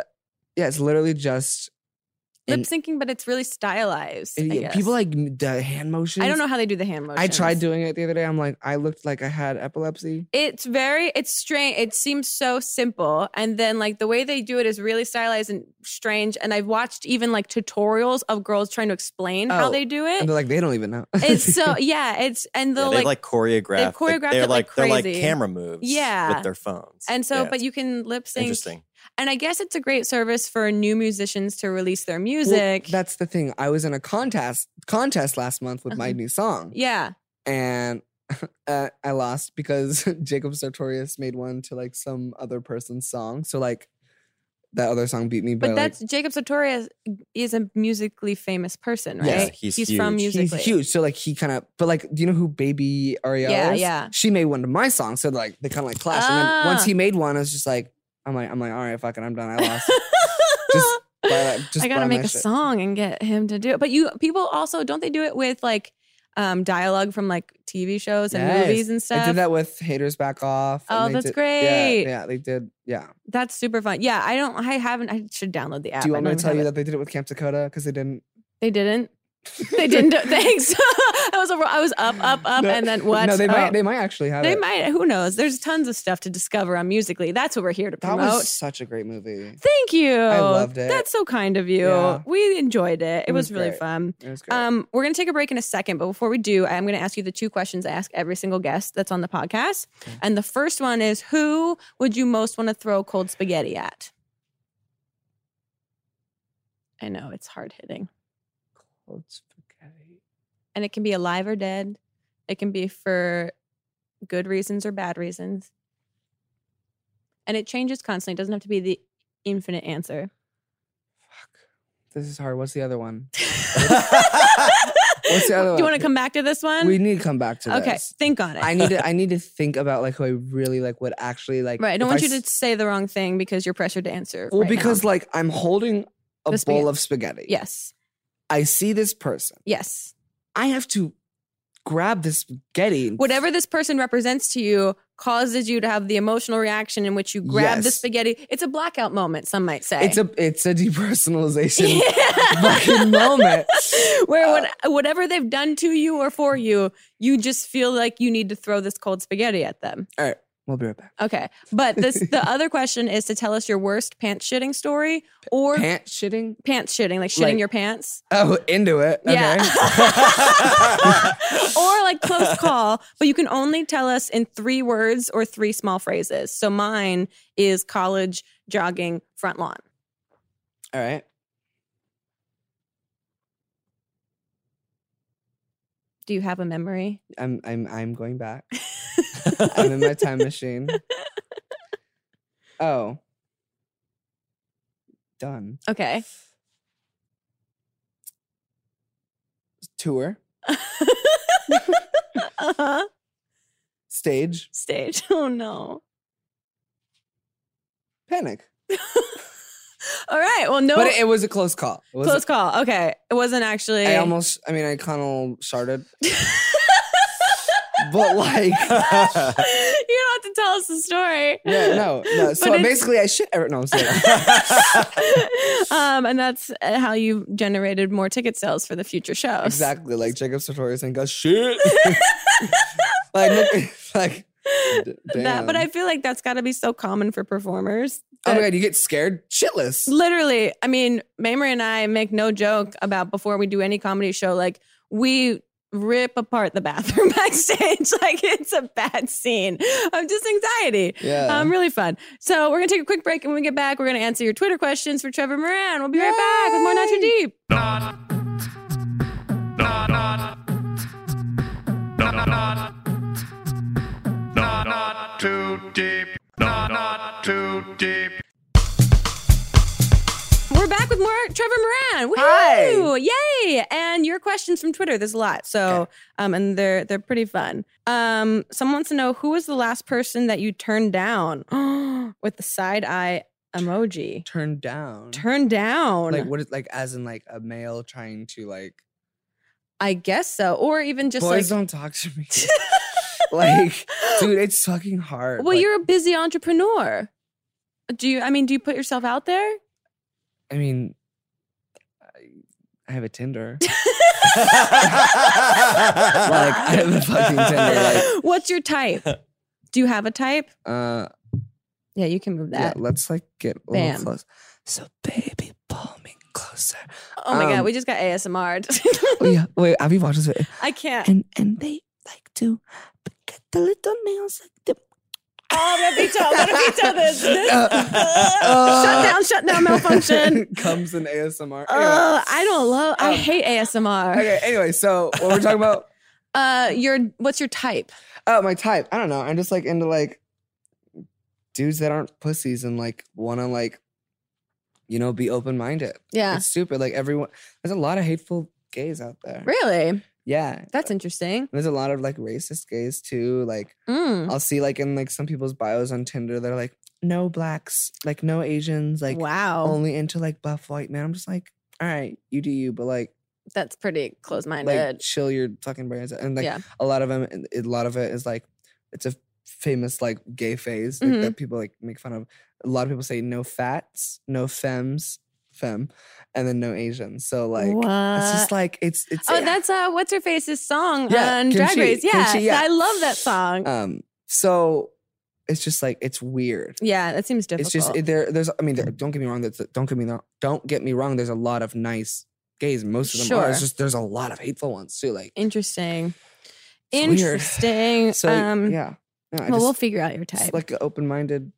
D: yeah, it's literally just
C: Lip
D: and- Uh,
C: syncing, but it's really stylized. I
D: yeah,
C: guess.
D: people like m- the hand motions.
C: I don't know how they do the hand motions.
D: I tried doing it the other day. I'm like, I looked like I had epilepsy.
C: It's very, it's strange. It seems so simple. And then, like, the way they do it is really stylized and strange. And I've watched even like tutorials of girls trying to explain how
D: Oh,
C: they do
D: And
C: it.
D: they're like, they don't even know. [LAUGHS]
C: It's so, yeah, it's, and
A: Yeah,
C: they'll
A: they
C: like,
A: like choreograph.
C: they've choreographed
A: they're
C: it like
A: they're like
C: crazy.
A: camera moves.
C: Yeah.
A: with their phones.
C: and
A: Yeah,
C: so, but
A: it's
C: you can lip sync. [LAUGHS]
A: interesting. [LAUGHS]
C: And I guess it's a great service for new musicians to release their
D: Well,
C: music.
D: that's the thing. I was in a contest contest last month with my
C: Uh-huh.
D: new song,
C: yeah.
D: and [LAUGHS] uh, I lost because [LAUGHS] Jacob Sartorius made one to like some other person's song. So like that other song beat me. by,
C: But
D: like,
C: that's Jacob Sartorius is a musically famous person, right?
D: Yeah,
A: he's
C: from
A: huge.
C: musically.
D: He's huge, so like he kind of, but like, do you know who Baby Ariel
C: Yeah,
D: is?
C: yeah.
D: She made one to my song, so like they kind of like clash. And then
C: Ah.
D: once he made one, I was just like, I'm like, I'm like, all right, fucking, I'm done. I
C: [LAUGHS]
D: lost. Just buy that- just
C: I gotta
D: buy
C: make
D: my
C: a
D: shit.
C: song and get him to do it. But you people also don't they do it with like um dialogue from like TV shows and
D: Yes.
C: movies and
D: I
C: stuff?
D: did that with Haters Back Off. and
C: Oh,
D: they
C: that's
D: did-
C: great.
D: Yeah, yeah, they did. Yeah.
C: That's super fun. Yeah, I don't. I haven't. I should download the app.
D: Do you want
C: I
D: me
C: don't
D: to tell
C: have
D: you
C: it.
D: that they did it with Camp Dakota because they didn't?
C: they didn't? [LAUGHS] They didn't.
D: [LAUGHS]
C: do- [LAUGHS] Thanks. I was over, I was up, up, up,
D: No,
C: and then what?
D: No, they
C: Oh.
D: might. They might actually have
C: They
D: it.
C: might- Who knows? There's tons of stuff to discover on Musically. That's what we're here to
D: That
C: promote.
D: was such a great movie.
C: Thank you. I
D: loved it.
C: That's so kind of you.
D: Yeah.
C: We enjoyed it. It,
D: It
C: was,
D: was
C: really
D: great.
C: fun.
D: It was great.
C: Um, we're gonna take a break in a second, but before we do, I'm gonna ask you the two questions I ask every single guest that's on the podcast. And the first one is, who would you most want to throw cold spaghetti at? I know it's hard hitting,
D: Cold spaghetti.
C: and it can be alive or dead. It can be for good reasons or bad reasons, and it changes constantly. It doesn't have to be the infinite answer.
D: Fuck. This is hard. What's the other one?
C: What's
D: the
C: [LAUGHS]
D: other
C: Do you
D: one?
C: want to come back to this one?
D: We need to come back to this.
C: okay, think on it.
D: I need to I need to think about like who I really like would actually like.
C: Right. I don't
D: if
C: want you
D: s-
C: to say the wrong thing because you're pressured to answer.
D: Well,
C: right now.
D: because like I'm holding a
C: The
D: bowl
C: spaghetti.
D: of spaghetti.
C: yes,
D: I see this person.
C: yes,
D: I have to grab this spaghetti. and
C: whatever this person represents to you causes you to have the emotional reaction in which you grab the
D: Yes.
C: spaghetti. It's a blackout moment, some might say. [LAUGHS]
D: It's a it's a depersonalization
C: yeah.
D: fucking moment.
C: [LAUGHS]
D: Uh,
C: where what, whatever they've done to you or for you, you just feel like you need to throw this cold spaghetti at them.
D: All right. We'll be right back.
C: Okay. But this
D: [LAUGHS]
C: the other question is to tell us your worst pants shitting story or
D: Pant shitting?
C: pants shitting, like shitting
D: Like-
C: your pants.
D: Oh, into it.
C: [LAUGHS]
D: Okay.
C: Yeah. or
D: [LAUGHS]
C: like close call, but you can only tell us in three words or three small phrases. So mine is college jogging front lawn.
D: All right.
C: Do you have a memory?
D: I'm I'm I'm
C: [LAUGHS]
D: going back. I'm in my time machine. Oh. Done.
C: Okay. [LAUGHS]
D: Tour.
C: uh-huh.
D: Stage.
C: Stage. Oh no.
D: Panic.
C: All right. Well, no
D: But it, it was a close call. It was a-
C: close call. Okay. It wasn't actually [LAUGHS]
D: I almost [LAUGHS] I mean I kinda started. but like
C: [LAUGHS] you don't have to tell us the story.
D: yeah, no, no.
C: But
D: So
C: it's-
D: basically I shit every- no, I'm sorry.
C: [LAUGHS] um, and that's uh, how you generated more ticket sales for the future shows.
D: [LAUGHS] Exactly, like Jacob Sartorius and
C: [LAUGHS]
D: goes shit. like, look- [LAUGHS] like, d-
C: That, but
D: damn.
C: I feel like that's got to be so common for performers.
D: oh my
C: that-
D: god, you get scared shitless.
C: Literally, I mean, Mamrie and I make no joke about before we do any comedy show, like we rip apart the bathroom [LAUGHS] backstage, like it's a bad scene of just anxiety.
D: Yeah.
C: Um, really fun. So we're gonna take a quick break, and when we get back, we're gonna answer your Twitter questions for Trevor Moran. We'll be right back with more Not Too Deep.
B: Not, not too deep. Not, not too deep.
C: We're back with more Trevor Moran. Woohoo! Yay! And your questions from Twitter. There's a lot, so um, and they're they're pretty fun. Um, someone wants to know who was the last person that you turned down [GASPS] with the side eye emoji.
D: Turned down.
C: Turned down.
D: Like what is like as in like a male trying to like
C: I guess so, or even just
D: boys
C: like.
D: don't talk to
C: [LAUGHS]
D: me. like, dude, it's fucking hard.
C: well,
D: Like,
C: you're a busy entrepreneur. Do you? I mean, do you put yourself out there?
D: I mean, I, I have a Tinder. like I have a fucking Tinder. [LAUGHS]
A: [LAUGHS]
C: [LAUGHS]
D: Like,
C: What's your
D: [LAUGHS]
C: type? Do you have a type?
D: uh,
C: Yeah, you can move
D: yeah,
C: that.
D: let's like get a little
C: Bam.
D: close. So, baby, pull me closer.
C: Oh my god,
D: Um,
C: we just got [LAUGHS] ASMR'd.
D: oh yeah, wait, Abby watches it,
C: I can't. Oh,
D: and and they like to get the little nails like the.
C: Oh, Repito, let Repito [LAUGHS]
D: [LAUGHS]
C: this. this uh, shut
D: uh,
C: down, shut down,
D: [LAUGHS]
C: malfunction.
D: Comes in ASMR. Anyway,
C: Ugh, I don't love. I
D: Um,
C: hate ASMR.
D: okay. Anyway, so what we're talking about?
C: Uh, your what's your type?
D: Oh, my type. I don't know. I'm just like into like dudes that aren't pussies and like want to like, you know, be open minded.
C: Yeah,
D: It's stupid. Like everyone, there's a lot of hateful gays out there.
C: really.
D: Yeah.
C: That's interesting.
D: There's a lot of like racist gays too. Like
C: Mm.
D: I'll see like in like some people's bios on Tinder, they're like, no blacks, like no Asians, like oh,
C: wow,
D: only into like buff white men. I'm just like, all right, you do you, but like,
C: that's pretty close-minded.
D: like chill your fucking brains out. And like
C: Yeah.
D: a lot of them, and a lot of it is like, it's a famous like gay phase like,
C: Mhm.
D: that people like make fun of. A lot of people say no fats, no femmes, femme, and then no Asians. So like, it's just
C: What?
D: like it's it's.
C: oh, that's uh, what's her face's song
D: Yeah,
C: on
D: Kimchi,
C: Drag Race. Yeah,
D: Kimchi, yeah.
C: I love that song.
D: um. So it's just like it's weird.
C: yeah, that seems difficult.
D: It's just it, there. There's. I mean, there, don't get me wrong. That's don't get me wrong. Don't get me wrong. There's a lot of nice gays. Most of them are. It's
C: Sure.
D: just there's a lot of hateful ones too. Like
C: interesting.
D: It's weird.
C: Interesting.
D: [LAUGHS] so.
C: um,
D: yeah. No, I
C: well, we'll
D: just-
C: figure out your type.
D: Just like an open-minded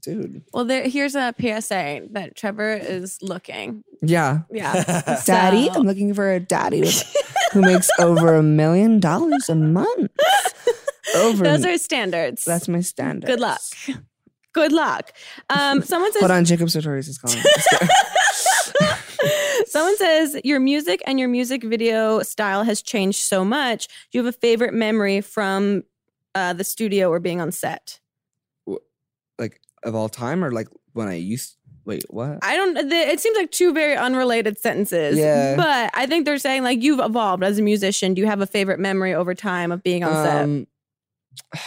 D: dude.
C: Well, there, here's a PSA that Trevor is looking.
D: Yeah. [LAUGHS]
C: Yeah. [LAUGHS]
D: Daddy,
C: So-
D: I'm looking for a daddy with- who makes over a million dollars a
C: [LAUGHS]
D: month. Over
C: Those are standards.
D: that's my standard.
C: Good luck. Good luck. Um, someone
D: Hold
C: says
D: on, Jacob Sartorius is calling.
C: [LAUGHS] someone says your music and your music video style has changed so much. Do you have a favorite memory from uh, the studio or being on set?
D: like of all time, or like when I used. Wait, what?
C: I don't. The, it seems like two very unrelated sentences.
D: Yeah.
C: But I think they're saying like you've evolved as a musician. Do you have a favorite memory over time of being [LAUGHS] on set?
D: Um, [SIGHS]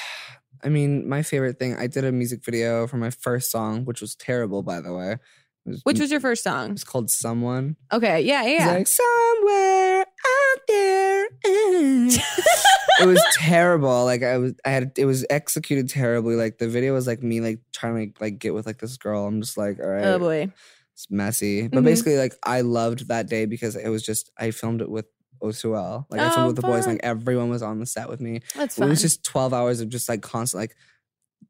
D: I mean, my favorite thing. I did a music video for my first song, which was terrible, by the way. It
C: Which was your first song?
D: It's called "Someone."
C: Okay. Yeah. Yeah.
D: It's like somewhere out there.
C: [LAUGHS]
D: it was terrible. Like I was, I had, it was executed terribly. Like the video was like me, like trying to like, like get with like this girl. I'm just like, all right,
C: Oh boy.
D: it's messy. But
C: Mhm.
D: basically, like I loved that day because it was just I filmed it with O2L. Like I filmed
C: Oh,
D: with the boys.
C: fun.
D: Like everyone was on the set with me.
C: That's
D: It
C: fun.
D: was just 12 hours of just like constant like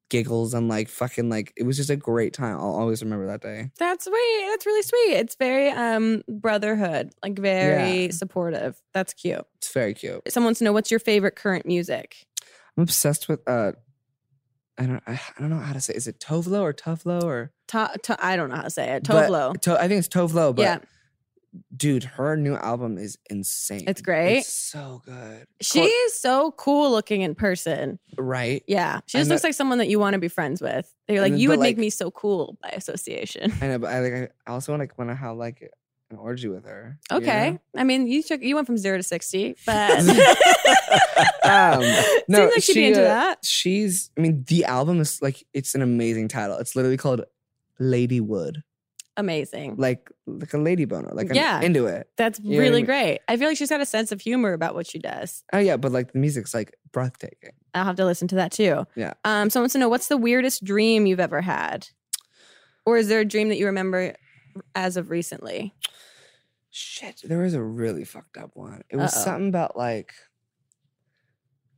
D: giggles and like fucking like it was just a great time. I'll always remember that day.
C: that's sweet. That's really sweet. It's very um brotherhood, like very supportive. That's cute.
D: It's very cute.
C: Someone wants to know what's your favorite current music?
D: I'm obsessed with uh I don't I, I don't know how to say is it Tovlo or Tovlo or
C: To, to, I don't know how to say it.
D: but-
C: Tovlo.
D: To- I think it's Tovlo, but
C: Yeah.
D: dude, her new album is insane.
C: It's great.
D: It's so good.
C: She is so cool looking in person.
D: Right?
C: Yeah. She
D: I
C: just
D: know-
C: looks like someone that you want to be friends with. You're
D: And
C: like,
D: then-
C: you
D: but,
C: would make
D: like-
C: me so cool by association.
D: I know, but I like I also want to want to have like an orgy with her. you
C: Okay.
D: know?
C: I mean, you took you went from zero to sixty, but
D: [LAUGHS]
C: [LAUGHS]
D: Um, no,
C: seems like she'd be
D: she,
C: into
D: uh,
C: that.
D: She's I mean the album is like it's an amazing title. It's literally called Lady Wood.
C: Amazing.
D: Like like a lady boner. Like I'm
C: Yeah.
D: into it.
C: That's
D: know what I
C: really
D: mean?
C: great. I feel like she's got a sense of humor about what she does.
D: Oh yeah, but like the music's like breathtaking.
C: I'll have to listen to that too.
D: Yeah.
C: Um, someone wants to know what's the weirdest dream you've ever had, or is there a dream that you remember as of recently?
D: Shit, there was a really fucked up one. It was
C: Uh-oh.
D: something about like,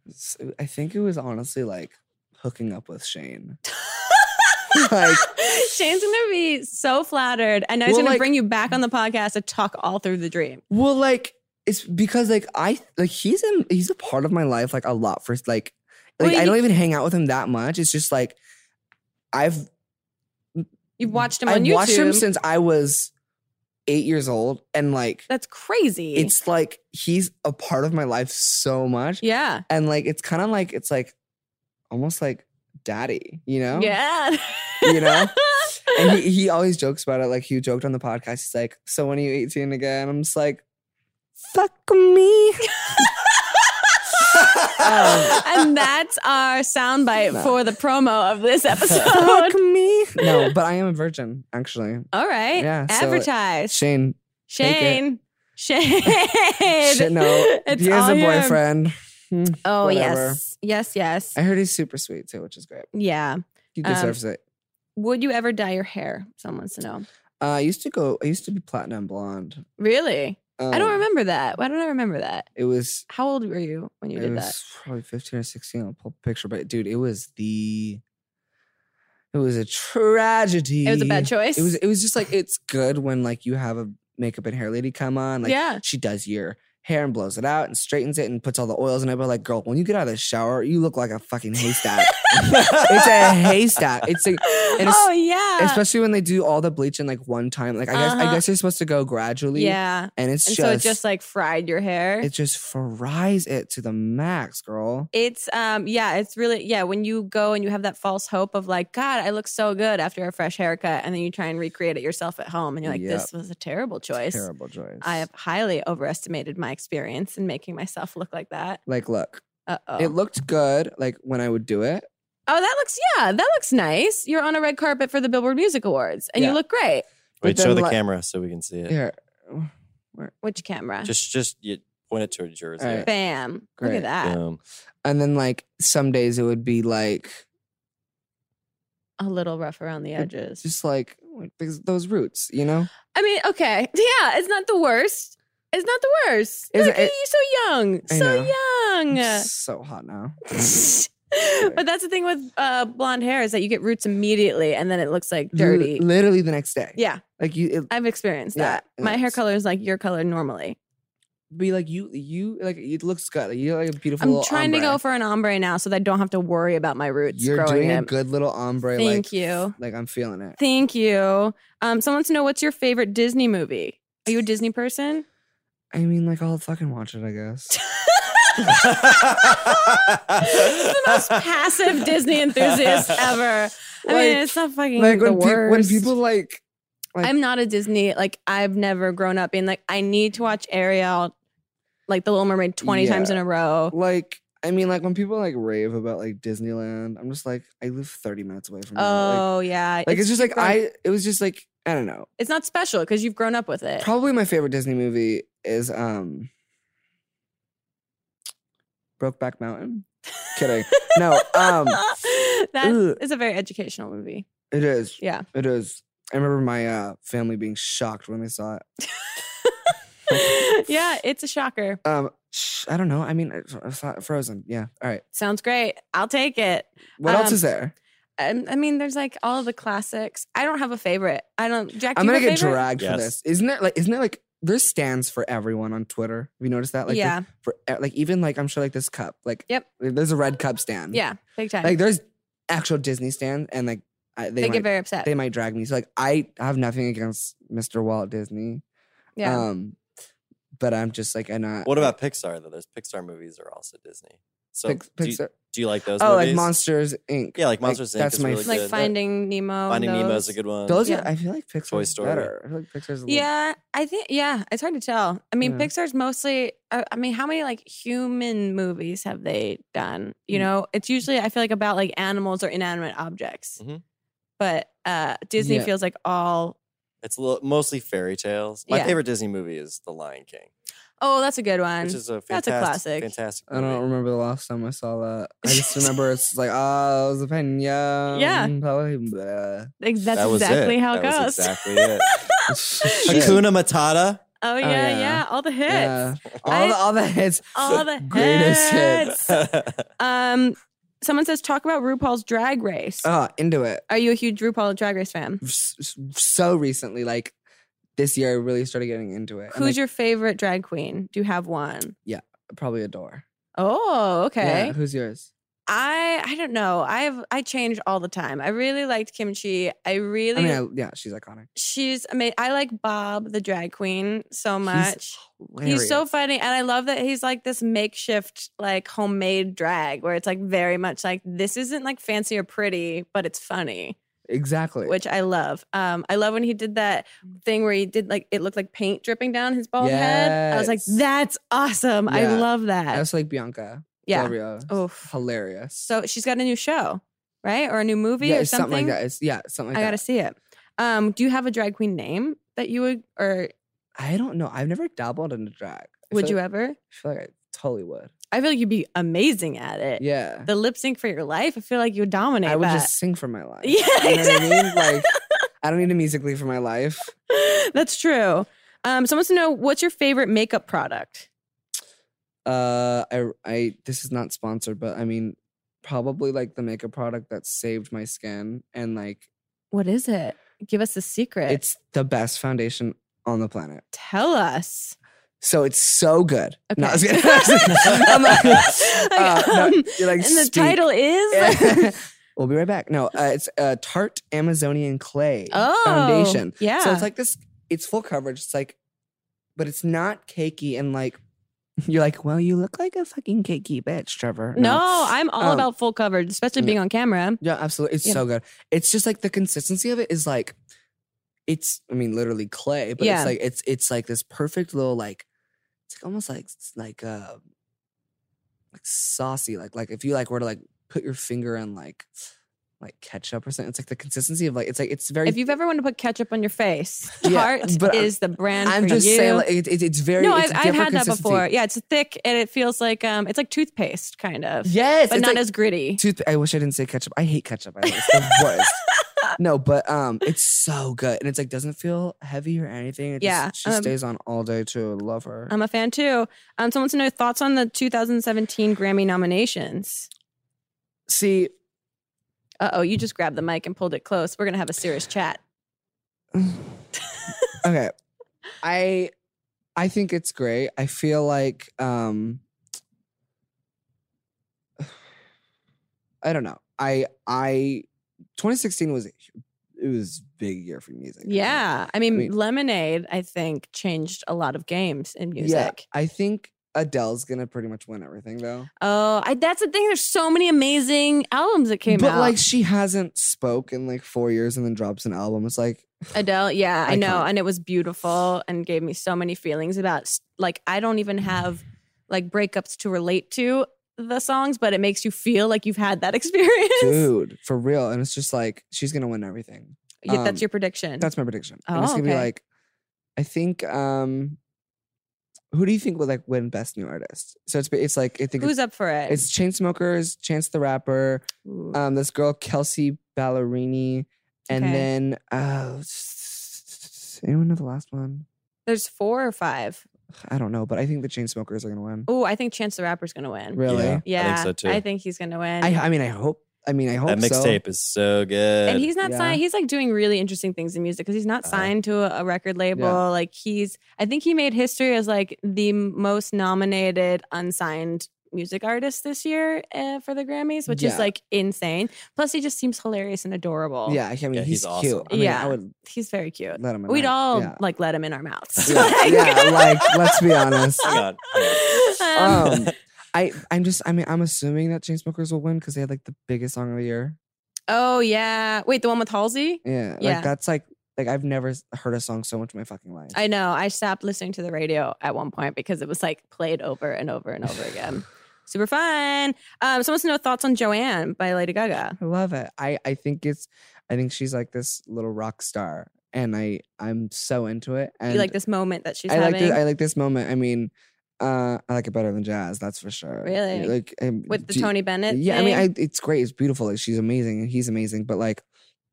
D: s- uh, I think it was honestly like hooking up with Shane. [LAUGHS] like,
C: [LAUGHS] Shane's gonna be so flattered. I know he's
D: Well,
C: gonna
D: like-
C: bring you back on the podcast to talk all through the dream.
D: well, like it's because like I like he's in he's a part of my life like a lot for like like
C: Well,
D: I
C: you-
D: don't even hang out with him that much. It's just like I've
C: You've watched him
D: I've
C: on YouTube.
D: watched him since I was eight years old, and like
C: That's crazy.
D: it's like he's a part of my life so much.
C: yeah.
D: and like it's kind of like it's like almost like daddy you know
C: Yeah.
D: You know?
C: [LAUGHS]
D: and he, he always jokes about it like he joked on the podcast he's like so when are you 18 again i'm just like fuck me Um,
C: and that's our soundbite
D: No.
C: for the promo of
D: [LAUGHS]
C: this
D: fuck
C: episode.
D: me no but i am a virgin actually
C: All right.
D: Yeah, so-
C: Advertise.
D: shane take it.
C: Shane. Shane.
D: shit [LAUGHS] no
C: [LAUGHS] It's
D: he has
C: all
D: a
C: your-
D: boyfriend
C: Oh,
D: Whatever.
C: yes. Yes, yes.
D: i heard he's super sweet too which is great
C: Yeah.
D: he
C: Um,
D: deserves it
C: Would you ever dye your hair? Someone wants to know.
D: uh, i used to go i used to be platinum blonde
C: Really? I
D: Um,
C: don't remember that. Why don't I remember that?
D: it was
C: How old were you when you
D: it
C: did
D: was
C: that?
D: probably 15 or 16 i'll pull a picture but dude it was the it was a tragedy
C: It was a bad choice. [LAUGHS]
D: it was it was just like it's good when like you have a makeup and hair lady come on like
C: yeah.
D: she does your hair and blows it out and straightens it and puts all the oils in it but like girl when you get out of the shower you look like a fucking haystack it's
C: [LAUGHS]
D: a haystack it's a it's-
C: oh yeah.
D: especially when they do all the bleach in like one time like i guess
C: Uh-huh.
D: i guess you're supposed to go gradually
C: yeah.
D: and it's
C: And
D: just
C: so it just like fried your hair.
D: it just fries it to the max girl
C: It's um yeah, it's really yeah, when you go and you have that false hope of like god, I look so good after a fresh haircut and then you try and recreate it yourself at home and you're like this was a terrible choice.
D: Terrible choice.
C: I have highly overestimated my experience in making myself look like that.
D: like look.
C: Uh-oh.
D: It looked good like when I would do it.
C: oh, that looks yeah, that looks nice. You're on a red carpet for the Billboard Music Awards and you
D: Yeah.
C: look great.
D: But
A: Wait, show
D: then,
A: the
D: like-
A: camera so we can see it.
D: Here.
C: Which camera?
A: Just, just you point it to a jersey.
D: All right.
C: Bam. Look
D: Great.
C: at that. [LAUGHS]
A: Boom.
D: And then like some days it would be like
C: A little rough around the
D: It-
C: edges.
D: just like those- those roots, you know?
C: I mean, okay. [LAUGHS] Yeah, it's not the worst. It's not the worst.
D: Is
C: Look,
D: it-
C: you're so young.
D: I
C: So
D: know.
C: young.
D: I'm so hot now.
C: [LAUGHS] but that's the thing with uh, blonde hair is that you get roots immediately and then it looks like dirty.
D: Li- literally the next day.
C: yeah,
D: Like you it
C: I've experienced
D: Yeah,
C: that.
D: and
C: My hair
D: it's-
C: color is like your color normally.
D: be like you you like it looks good. Like, you like a beautiful
C: I'm
D: little
C: trying to
D: ombre.
C: go for an ombre now so that I don't have to worry about my roots
D: You're
C: growing
D: doing a
C: in.
D: good little ombre
C: Thank
D: like
C: you.
D: like I'm feeling it.
C: Thank you. Um, someone wants to know what's your favorite Disney movie? Are you a Disney
D: [LAUGHS]
C: person?
D: I mean like I'll fucking watch it, I guess.
C: the most passive Disney enthusiast ever. [LAUGHS] I mean,
D: Like-
C: it's not fucking
D: like
C: the
D: when, pe- when
C: worst.
D: people like like-
C: I'm not a Disney. Like I've never grown up being like I need to watch Ariel, like The Little Mermaid, twenty times in a row.
D: like I mean, like when people like rave about like Disneyland, I'm just like, I live 30 minutes away from. that. like,
C: Oh yeah,
D: like it's, just like
C: grown-
D: I. It was just like I don't know.
C: It's not special because you've grown up with it.
D: Probably my favorite Disney movie is um, Brokeback Mountain.
C: [LAUGHS]
D: Kidding. No. Um.
C: that
D: ugh.
C: is a very educational movie.
D: It is. [LAUGHS]
C: Yeah.
D: It is. I remember my uh, family being shocked when they saw it.
C: yeah, it's a shocker.
D: Um. sh- I don't know. I mean, I- I saw- Frozen. Yeah. All right.
C: Sounds great. I'll take it.
D: What else
C: Um,
D: is there?
C: I, I mean, there's like all the classics. I don't have a favorite. I don't. Jack, do
D: I'm
C: you
D: gonna
C: have a
D: get
C: favorite?
D: dragged
A: Yes.
D: for this. Isn't there like? Isn't there like? There's stands for everyone on Twitter. Have you noticed that? Like,
C: yeah,
D: there's- For e- like even like I'm sure like this cup. Like.
C: Yep.
D: There's a red cup stand.
C: yeah, big time.
D: Like there's actual Disney stand and like I, they
C: they,
D: might,
C: get very upset.
D: they might drag me. So like I have nothing against Mr. Walt Disney.
C: yeah,
D: Um, but I'm just like uh, I'm not.
E: [LAUGHS] What about Pixar though? Those Pixar movies are also Disney. So
D: Pix-
E: do, you-
D: Pixar?
E: do you like those?
D: Oh, like
E: movies?
D: Monsters Inc.
E: Yeah, like Monsters Inc.
D: That's
E: is
D: my
E: really
D: f-
C: like
E: good.
C: Finding Nemo. and
E: Finding Nemo
C: those.
E: is a good one.
D: Those
C: yeah.
D: are. I feel like Pixar's
E: Toy Story.
D: better. I feel like Pixar's. A little,
C: Yeah, I think. Yeah, it's hard to tell. I mean,
D: Yeah.
C: Pixar's mostly. uh, I, I mean, how many like human movies have they done? You
D: Mm.
C: know, it's usually I feel like about like animals or inanimate objects,
E: Mhm.
C: but uh Disney
D: Yeah.
C: feels like all.
E: It's a little, mostly fairy tales. My
C: Yeah.
E: favorite Disney movie is The Lion King,
C: Oh, that's a good one.
E: which is a
C: that's a
E: fantastic,
C: classic.
E: fantastic
D: I
E: movie.
D: don't remember the last time I saw that.
C: [LAUGHS]
D: I just remember it's like ah, it was a pain. Yeah. Mm, Probably. Blah.
C: [LAUGHS] Ex- that's
E: that was
C: exactly
E: it.
C: how it
E: that was
C: goes. [LAUGHS]
E: exactly it.
D: Shit.
E: Hakuna Matata.
C: Oh yeah, yeah,
D: yeah.
C: all the hits,
D: Yeah. All
C: I-
D: the all
C: [LAUGHS]
D: the hits.
C: all
E: [LAUGHS]
C: the
D: Greatest
C: hits. Um, someone says talk about RuPaul's Drag Race.
E: Oh.
D: Ah, into it.
C: Are you a huge RuPaul Drag Race fan?
D: s- s- so recently, like this year, I really started getting into it.
C: Who's your favorite drag queen? Do you have one?
D: your probably adore?
C: Oh,
D: Yeah,
C: okay.
D: who's yours?
C: I I don't know. I have I change all the time. I really liked Kimchi. I really
D: I mean, I, yeah, she's iconic.
C: she's amazing. I like Bob the drag queen so
D: He's
C: much. He's so
D: hilarious.
C: funny, and I love that he's like this makeshift, like homemade drag, where it's like very much like this isn't like fancy or pretty, but it's funny,
D: exactly.
C: which I love. Um, I love when he did that
D: Mm.
C: thing where he did like it looked like paint dripping down his bald head. I was like,
D: Yes.
C: that's awesome. I
D: Yeah.
C: love
D: I
C: that.
D: also like Bianca.
C: yeah.
D: Del Rio.
C: Oof.
D: hilarious.
C: So she's got a new show, right, or a new movie
D: yeah,
C: or
D: it's something
C: something.
D: like that. It's, yeah, something
C: I
D: like
C: gotta
D: that.
C: see it. Um, do you have a drag queen name that you would, or
D: I don't know. I've never dabbled into drag. I
C: would
D: feel
C: you
D: Like,
C: ever?
D: I feel like I totally would.
C: I feel like you'd be amazing at it.
D: Yeah,
C: The lip sync for your life. I feel like you would dominate.
D: I would
C: that.
D: just sing for my life.
C: Yeah,
D: you know what I mean.
C: exactly. [LAUGHS]
D: Like, I don't need a musically for my life.
C: That's true. Um, someone wants to know what's your favorite makeup product?
D: Uh, I, I, this is not sponsored, but I mean, probably like the makeup product that saved my skin, and like
C: What is it? Give us the secret.
D: it's the best foundation on the planet.
C: Tell us.
D: So it's so good. No, I was
C: Okay.
D: kidding. [LAUGHS]
C: [LAUGHS]
D: I'm not- uh, no,
C: um,
D: you're like,
C: and the
D: "Speak." [LAUGHS]
C: title is.
D: we'll be right back. No, uh, it's uh, Tarte Amazonian Clay
C: [LAUGHS] oh,
D: Foundation.
C: Yeah.
D: So it's like this. It's full coverage. It's like, but it's not cakey and like. [LAUGHS] You're like, well, you look like a fucking cakey bitch, Trevor.
C: no, I'm all
D: Um,
C: about full coverage, especially
D: yeah.
C: being on camera.
D: Yeah, absolutely. It's
C: Yeah.
D: so good. It's just like the consistency of it is like it's I mean literally clay, but
C: Yeah.
D: it's like it's it's like this perfect little like it's like almost like s- like uh like saucy like like if you like were to like put your finger in like like ketchup or something it's like the consistency of like it's like it's very
C: If you've ever wanted to put ketchup on your face,
D: Yeah,
C: Tarte
D: but I'm-
C: is the brand
D: I'm
C: for
D: just
C: you.
D: saying like it, it- it's very
C: no, I've,
D: it's a
C: I've
D: different
C: had that
D: consistency.
C: before. Yeah, it's thick and it feels like um, it's like toothpaste kind of,
D: yes
C: but
D: it's
C: not
D: like
C: as gritty.
D: tooth- I wish I didn't say ketchup I hate ketchup I know, it's
C: [LAUGHS]
D: the worst No, but um, it's so good, and it's like doesn't feel heavy or anything. It
C: Yeah,
D: just, she
C: um,
D: stays on all day too. Love her.
C: I'm a fan too. Um, someone wants to know thoughts on the 2017 Grammy nominations. [LAUGHS]
D: See,
C: Uh oh, you just grabbed the mic and pulled it close. We're gonna have a serious chat.
D: okay, I, I think it's great. I feel like um, [SIGHS] I don't know. I I 2016 was a hu- it was a big year for music. I think.
C: Yeah, I mean,
D: Wait.
C: Lemonade, I think, changed a lot of games in
D: yeah.
C: music.
D: I think Adele's gonna pretty much win everything though.
C: Oh, I, that's the thing. There's so many amazing albums that came
D: but
C: out.
D: like she hasn't spoke in like four years and then drops an album. It's like
C: Adele, yeah, I know,
D: Iconic.
C: and it was beautiful and gave me so many feelings about s- like I don't even have like breakups to relate to the songs, but it makes you feel like you've had that [LAUGHS] experience.
D: dude, for real. And it's just like she's gonna win everything.
C: yeah, that's
D: um,
C: your prediction.
D: That's my prediction. And
C: Oh,
D: it's gonna be
C: okay.
D: like, I think um who do you think would like win Best New Artist? So it's it's like I think
C: Who's up for it?
D: it's, it's Chainsmokers, Chance the Rapper,
C: Ooh.
D: um, this girl Kelsey Ballerini, and
C: Okay.
D: then uh, anyone know the last one?
C: There's four or five.
D: I don't know, but I think the Chainsmokers are gonna win.
C: Oh, I think Chance the Rapper's gonna win.
D: Really?
E: Yeah.
C: Yeah,
E: I think so, too.
C: I think he's gonna win.
D: I I mean I hope I mean I hope
E: That
D: so.
E: mixtape is so good.
C: and he's not
D: Yeah.
C: signed. He's like doing really interesting things in music because he's not
E: Uh-huh.
C: signed to a, a record label. Like he's, I think he made history as like the m- most nominated unsigned music artist this year uh, for the Grammys, which
D: Yeah.
C: is like insane. Plus, he just seems hilarious and adorable.
D: Yeah, I mean
E: Yeah,
D: he's,
E: he's awesome.
D: cute. I mean,
C: Yeah.
D: I would
C: he's very cute.
D: let him. in
C: We'd
D: that.
C: all
D: Yeah.
C: like let him in our mouths. [LAUGHS]
D: Yeah, yeah, like let's be honest.
E: Hang on, hang
C: [LAUGHS] Um,
D: Um, I I'm just I mean I'm assuming that Chainsmokers will win because they had like the biggest song of the year.
C: oh yeah, wait, the one with Halsey.
D: Yeah,
C: Yeah.
D: like that's like like I've never s- heard a song so much in my fucking life.
C: I know. I stopped listening to the radio at one point because it was like played over and over and over
D: [SIGHS]
C: again. Super fun. Um, someone wants to know thoughts on Joanne by Lady Gaga.
D: I love it. I I think it's I think she's like this little rock star, and I I'm so into it. And
C: you like this moment that she's
D: I like
C: having
D: this, I like this moment. I mean, uh, I like it better than jazz. That's for sure. Yeah,
C: Really?
D: Like um,
C: with the
D: do-
C: Tony Bennett?
D: Yeah, I mean,
C: thing?
D: I, it's great. It's beautiful. Like she's amazing and he's amazing. But like,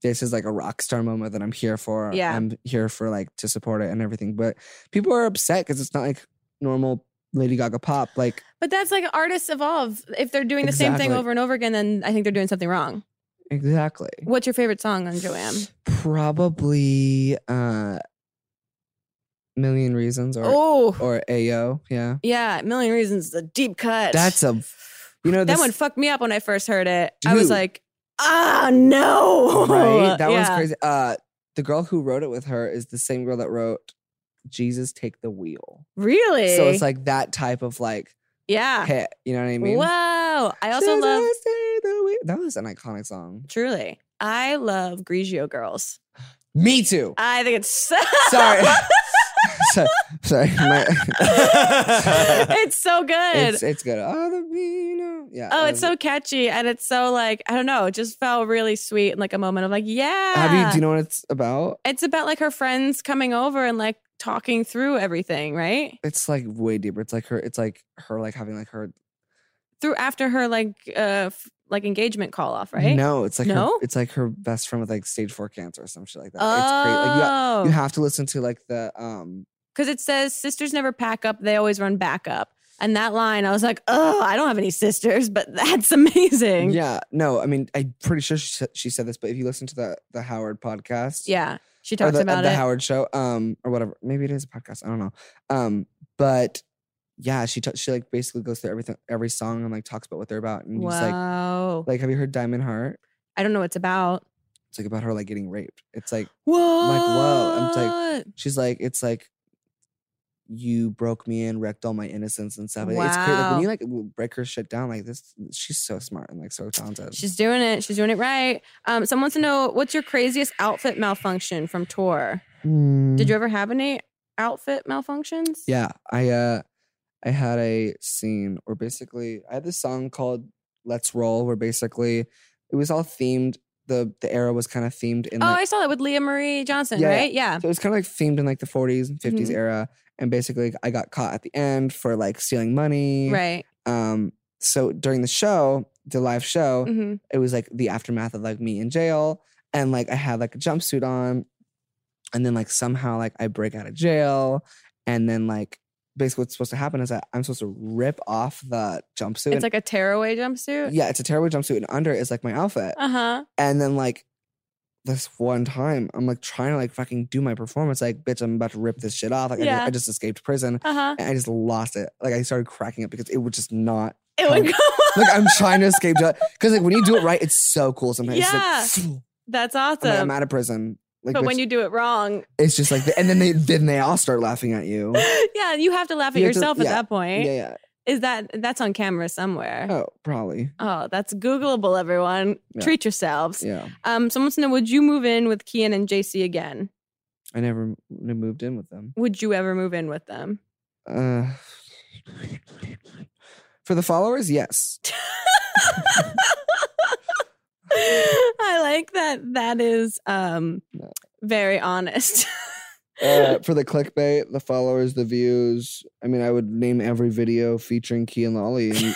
D: this is like a rock star moment that I'm here for.
C: Yeah.
D: I'm here for like to support it and everything. But people are upset because it's not like normal Lady Gaga pop. Like,
C: but that's like artists evolve. If they're doing the same
D: Exactly.
C: thing over and over again, then I think they're doing something wrong.
D: exactly.
C: What's your favorite song on Joanne?
D: Probably uh, Million Reasons or
C: oh,
D: or Ayo. Yeah,
C: yeah, Million Reasons is a deep cut.
D: that's a. You know
C: that
D: this,
C: one fucked me up when I first heard it. I was
D: Dude.
C: like, ah, no,
D: [LAUGHS]
C: [LAUGHS]
D: right? That
C: yeah.
D: one's crazy. Uh, the girl who wrote it with her is the same girl that wrote "Jesus Take the Wheel."
C: Really?
D: So it's like that type of like
C: yeah.
D: hit. You know what I mean?
C: Wow. Ah. I also
D: Jesus,
C: love
D: take the wheel. that was an iconic song.
C: truly. I love Grigio girls.
D: Me too.
C: I think it's
D: [LAUGHS]
C: so [LAUGHS]
D: Sorry. So- sorry. My,
E: on.
C: it's so good.
D: it's um, it's good. Oh, the Vino. Yeah.
C: oh,
D: that
C: it's
D: was-
C: so catchy and it's so like, I don't know, it just felt really sweet and like a moment of like, yeah.
D: Have you? Do you know what it's about?
C: it's about like her friends coming over and like talking through everything, right?
D: It's like way deeper. It's like her. It's like her. Like having like her.
C: Through after her like uh f- like engagement call off, right?
D: No, it's like
C: No?
D: Her, it's like her best friend with like stage four cancer or some shit like that. It's crazy. Like, you, ha-
C: Oh,
D: you have to listen to like the um
C: because it says sisters never pack up; they always run back up. And that line, I was like, "Oh, I don't have any sisters, but [LAUGHS] that's amazing."
D: Yeah, no, I mean, I'm pretty sure she, sa- she said this, but if you listen to the the Howard podcast,
C: Yeah. She
D: or
C: talks
D: the, uh,
C: about
D: the
C: it.
D: Howard show, um, or whatever, maybe it is a podcast, I don't know, um, but yeah, she ta- she like basically goes through everything, every song, and like talks about what they're about, and he's like,
C: wow.
D: like, have you heard Diamond Heart?
C: I don't know what it's about.
D: It's like about her like getting raped. It's like
C: What?
D: whoa. I'm she's like, it's like. You broke me in, wrecked all my innocence and stuff. It's crazy. Like,
C: Wow.
D: when you like w- break her shit down like this, she's so smart and like so talented.
C: She's doing it. She's doing it right. Um, someone wants to know what's your craziest outfit malfunction from tour?
D: Hmm.
C: Did you ever have any outfit malfunctions?
D: Mm. Yeah, I uh I had a scene where basically I had this song called Let's Roll where basically it was all themed the the era was kind of themed in
C: Oh,
D: like
C: I saw that with Leah Marie Johnson,
D: Yeah, yeah.
C: right? Yeah.
D: so it was kind of like themed in like the 40s and 50s
C: Mhm.
D: era and basically I got caught at the end for like stealing money.
C: Right.
D: Um so during the show, the live show,
C: hmm
D: it was like the aftermath of like me in jail and like i had like a jumpsuit on and then like somehow like i break out of jail and then like basically what's supposed to happen is that i'm supposed to rip off the jumpsuit
C: It's like a tearaway jumpsuit.
D: and, yeah it's a terrible jumpsuit and under is like my outfit
C: Uh huh.
D: and then like this one time i'm like trying to like fucking do my performance like bitch i'm about to rip this shit off like I ju-
C: Yeah.
D: I just escaped prison
C: Uh huh.
D: and i just lost it like i started cracking up because it would just not
C: It would [LAUGHS]
D: Um,
C: go.
D: [LAUGHS] like I'm trying
C: [LAUGHS]
D: to escape because like when you do it right, it's so cool. Sometimes it's [SNIFFS] like,
C: That's
D: I'm,
C: awesome.
D: like, I'm out of prison. Like,
C: but when
D: bitch,
C: you do it wrong,
D: it's just like, and
C: [LAUGHS]
D: then they then they all start laughing at you. Yeah,
C: yeah, you have to laugh at
D: You have to-
C: yourself at
D: yeah,
C: that point.
D: yeah.
C: Is that that's on camera somewhere?
D: Oh, probably.
C: Oh, that's Googleable, everyone.
D: Yeah.
C: Treat yourselves.
D: Yeah,
C: Um, someone wants to know Would you move in with Kian and JC again?
D: I never m- moved in with them.
C: Would you ever move in with them? [LAUGHS]
D: Uh, for the followers, yes.
C: I like that. That is um,
D: No.
C: very honest. [LAUGHS]
D: uh, for the clickbait, the followers, the views. I mean, I would name every video featuring Key and Lolly and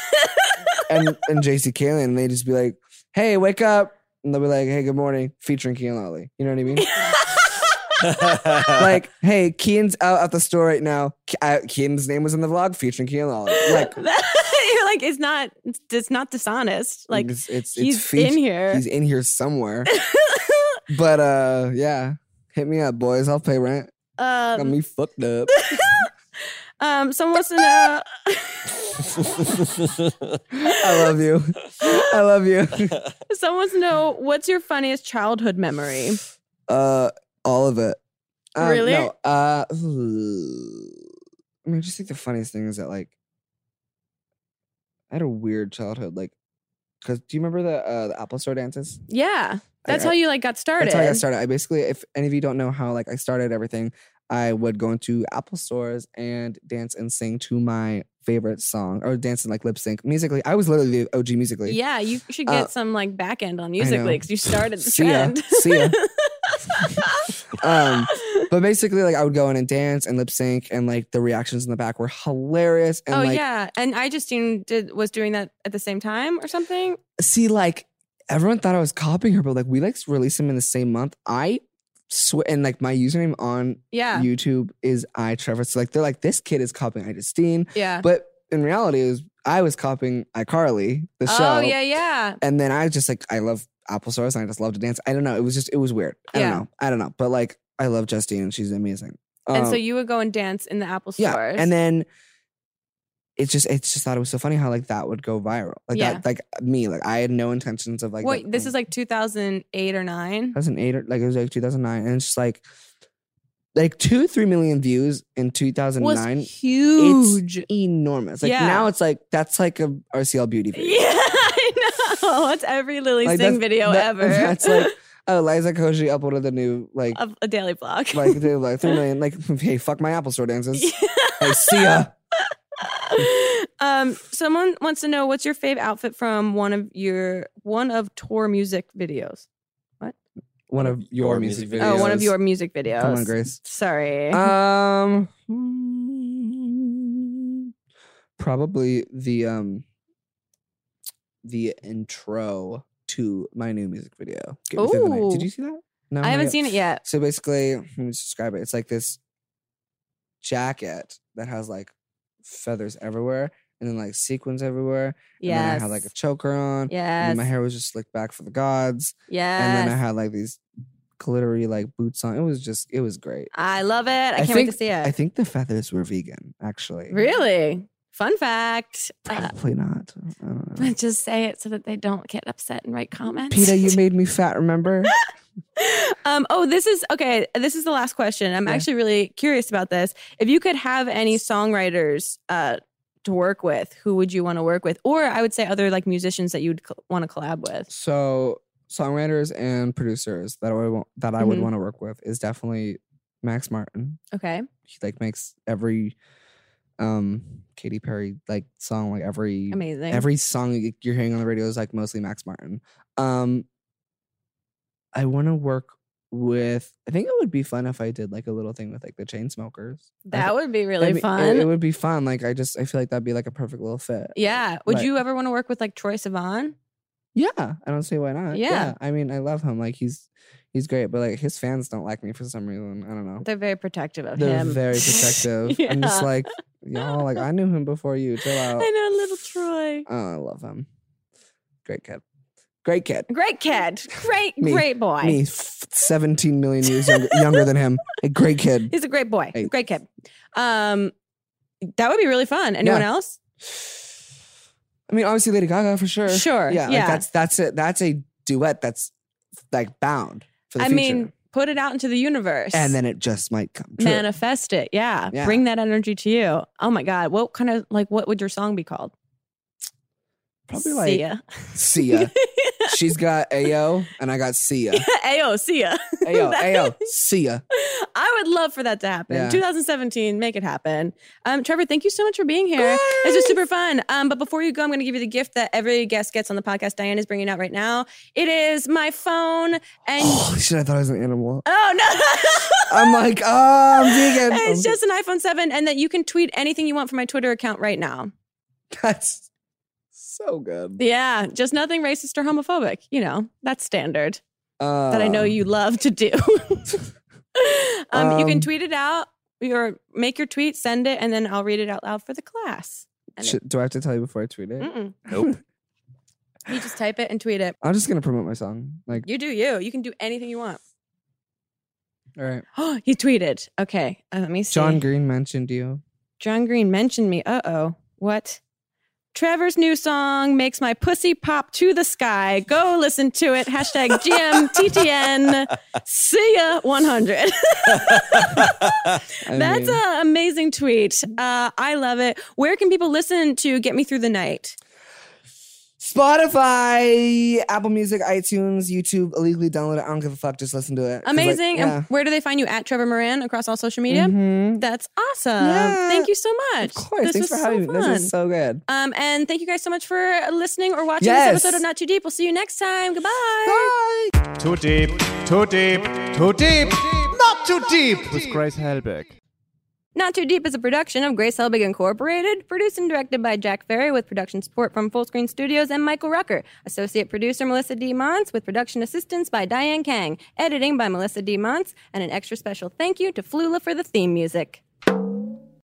D: and, and JC Kalen, and they'd just be like, "Hey, wake up!" And they'll be like, "Hey, good morning," featuring Key and Lolly. You know what I mean? [LAUGHS] like, "Hey, Keen's out at the store right now. Ke- I- Keen's name was in the vlog featuring Key and Lolly."
C: [LAUGHS]
D: Like,
C: You're like, it's not, it's, it's not dishonest. Like,
D: it's, it's,
C: he's
D: feat-
C: in here.
D: He's in here
C: [LAUGHS]
D: somewhere. but uh, yeah, hit me up, boys. I'll pay rent. Got
C: um,
D: me fucked
C: [LAUGHS]
D: up.
C: um, someone wants to know. [LAUGHS]
D: I love you. I love
C: [LAUGHS]
D: you.
C: Someone wants to know what's your funniest childhood memory.
D: Uh, all of it. Um,
C: Really?
D: No, uh, I mean, I just think the funniest thing is that like, I had a weird childhood. Like, cause do you remember the uh, the Apple Store dances?
C: Yeah,
D: I-
C: that's
D: I-
C: how you like got started.
D: That's how I got started. I basically, if any of you don't know how like I started everything, I would go into Apple stores and dance and sing to my favorite song or dance and like lip sync musically. I was literally the OG musically.
C: Yeah, you should
D: Uh,
C: get some like back end on
D: know.
C: musically because you started the
D: See ya.
C: trend.
D: See
C: [LAUGHS]
D: ya. Um, but basically, like I would go in and dance and lip sync, and like the reactions in the back were hilarious. And
C: oh
D: like,
C: yeah, and I Justine did was doing that at the same time or something.
D: see, like everyone thought I was copying her, but like we like released them in the same month. I swear, and like my username on
C: Yeah,
D: YouTube is I Trevor. So like they're like this kid is copying I Justine.
C: yeah.
D: But in reality, it was I was copying iCarly, the show.
C: oh yeah, yeah.
D: And then I just like I love Apple Stars and I just love to dance. I don't know. It was just it was weird. I
C: Yeah.
D: don't know. I don't know. But like I love Justine and she's amazing.
C: and so
D: Um,
C: you would go and dance in the Apple stores.
D: yeah. And then it's just it's just thought it was so funny how like that would go viral. Like
C: Yeah.
D: that like me, like I had no intentions of like um, oh,
C: Wait,
D: that-
C: this is like 2008 or nine.
D: 2008 or like it was like 2009 and it's just like like 2 3 million views in 2009
C: Was huge.
D: enormous. Like
C: Yeah.
D: now it's like that's like a RCL beauty video.
C: [LAUGHS] Yeah, I know. That's every Lily
D: Like,
C: Singh
D: that's-
C: video
D: that-
C: ever.
D: That's like oh, Liza Koshy uploaded the new like
C: [LAUGHS] of a daily vlog. [LAUGHS]
D: [LAUGHS] like the like three million like [LAUGHS] hey fuck my Apple Store dances. Hey, see ya.
C: [LAUGHS] um, someone wants to know what's your fave outfit from one of your one of tour music videos.
D: One of your, music videos.
C: Oh, one of your music videos.
D: Come on, Grace.
C: [LAUGHS] Sorry.
D: Um, hmm, probably the um the intro to my new music video. Get Me Through the Night. Did
C: Ooh.
D: you see that? No,
C: I
D: not
C: haven't
D: yet.
C: seen it yet.
D: So basically, let me just describe it. It's like this jacket that has like feathers everywhere and then like sequins everywhere. And then I
C: Yes.
D: had like a choker on. And
C: yes.
D: then my hair was just slicked back for the gods.
C: yes.
D: And then I had like these glittery like boots on. It was just, it was great.
C: I love it. I, can't wait
D: think-
C: to see it.
D: I think the feathers were vegan, actually.
C: really? Fun fact. Uh,
D: Probably not.
C: [LAUGHS]
D: I don't know.
C: but just say it so that they don't get upset and write comments. [LAUGHS]
D: PETA, you made me fat, remember?
C: um, oh, this is okay. This is the last question. I'm
D: Yeah.
C: actually really curious about this. If you could have any songwriters uh, to work with, who would you want to work with? Or I would say other like musicians that you'd col- want to collab with.
D: So songwriters and producers that I would want, that I would
C: Mhm.
D: want to work with is definitely Max Martin.
C: Okay.
D: He like makes every um Katy Perry like song like every
C: Amazing.
D: every song you- you're hearing on the radio is like mostly Max Martin. Um I want to work with I think it would be fun if I did like a little thing with like the chain smokers.
C: that would be really fun.
D: It, would be fun. Like I just I feel like that'd be like a perfect little fit.
C: yeah. Would
D: Right.
C: you ever want to work with like Troy Sivan?
D: Yeah, I don't see why not.
C: Yeah.
D: I mean, I love him. Like he's he's great, but like his fans don't like me for some reason. I don't know.
C: They're very protective of
D: They're
C: him. [LAUGHS]
D: very protective. I'm just
C: Yeah.
D: like uh, y'all. Like I knew him before you. Chill
C: [LAUGHS]
D: out.
C: I know, little Troy.
D: Oh, I love him. Great kid. Great kid.
C: Great kid. Great,
D: Me.
C: great boy.
D: Me, f- 17 million years younger, younger than him. A
C: [LAUGHS]
D: great kid.
C: He's a great boy.
D: Hey.
C: Great kid. Um, that would be really fun. Anyone else?
D: I mean, obviously Lady Gaga for sure.
C: Sure,
D: Yeah.
C: yeah.
D: Like that's that's it. That's a duet that's like bound for the
C: I
D: future.
C: mean, put it out into the universe.
D: and then it just might come true.
C: manifest it. Yeah.
D: Yeah.
C: Bring that energy to you. Oh my God. What kind of like what would your song be called?
D: Probably
C: See [LAUGHS]
D: like
C: ya.
D: see ya. She's got Ayo and I got
C: [LAUGHS]
D: Sia.
C: Ayo, see ya.
D: Ayo, Ayo, Sia.
C: [LAUGHS] I would love for that to happen.
D: Yeah.
C: 2017, make it happen. Um, Trevor, thank you so much for being here. This was super fun. Um, but before you go, I'm going to give you the gift that every guest gets on the podcast. Diane is bringing out right now. It is my phone and.
D: Oh shit, I thought I was an animal.
C: [LAUGHS] Oh no!
D: I'm like, oh, I'm vegan.
C: [LAUGHS] it's
D: I'm-
C: just an iPhone 7, and that you can tweet anything you want from my Twitter account right now.
D: That's so good.
C: Yeah, just nothing racist or homophobic. You know, that's standard.
D: Uh,
C: that I know you love to do. [LAUGHS] um, you can
D: Um,
C: tweet it out or make your tweet, send it, and then I'll read it out loud for the class. and
D: Should- Um, do I have to tell you before I tweet it?
C: Mm-mm.
D: [LAUGHS]
A: Nope.
C: [LAUGHS] You just type it and tweet it.
D: I'm just gonna promote my song. Like,
C: You do you. You can do anything you want. [GASPS]
D: all right.
C: Oh, he tweeted. Okay, uh, let me see.
D: John Green mentioned you.
C: John Green mentioned me. Uh oh. What? Trevor's new song makes my pussy pop to the sky. Go listen to it. Hashtag
D: [LAUGHS]
C: GMTTN. See ya 100.
D: I
C: [LAUGHS] That's
D: mean,
C: an amazing tweet. Uh, I love it. Where can people listen to Get Me Through the Night?
D: Spotify, Apple Music, iTunes, YouTube, illegally download it. I don't give a fuck. Just listen to it. 'Cause, like,
C: Amazing.
D: yeah.
C: And where do they find you at Trevor Moran across all social media?
D: Mhm.
C: That's awesome.
D: Yeah.
C: Thank you so much.
D: Of course.
C: This
D: Thanks for
C: was
D: having
C: so
D: me.
C: fun.
D: This is so good.
C: um, and thank you guys so much for listening or watching
D: Yes.
C: this episode of Not Too Deep. We'll see you next time. Goodbye.
D: Bye.
F: Too deep, too deep, too deep
B: Not too deep.
F: with Grace Helbig.
C: Not Too Deep is a production of Grace Helbig Incorporated, produced and directed by Jack Ferry with production support from Full Screen Studios and Michael Rucker, associate producer Melissa D. Monts with production assistance by Diane Kang, editing by Melissa D. Monts, and an extra special thank you to Flula for the theme music.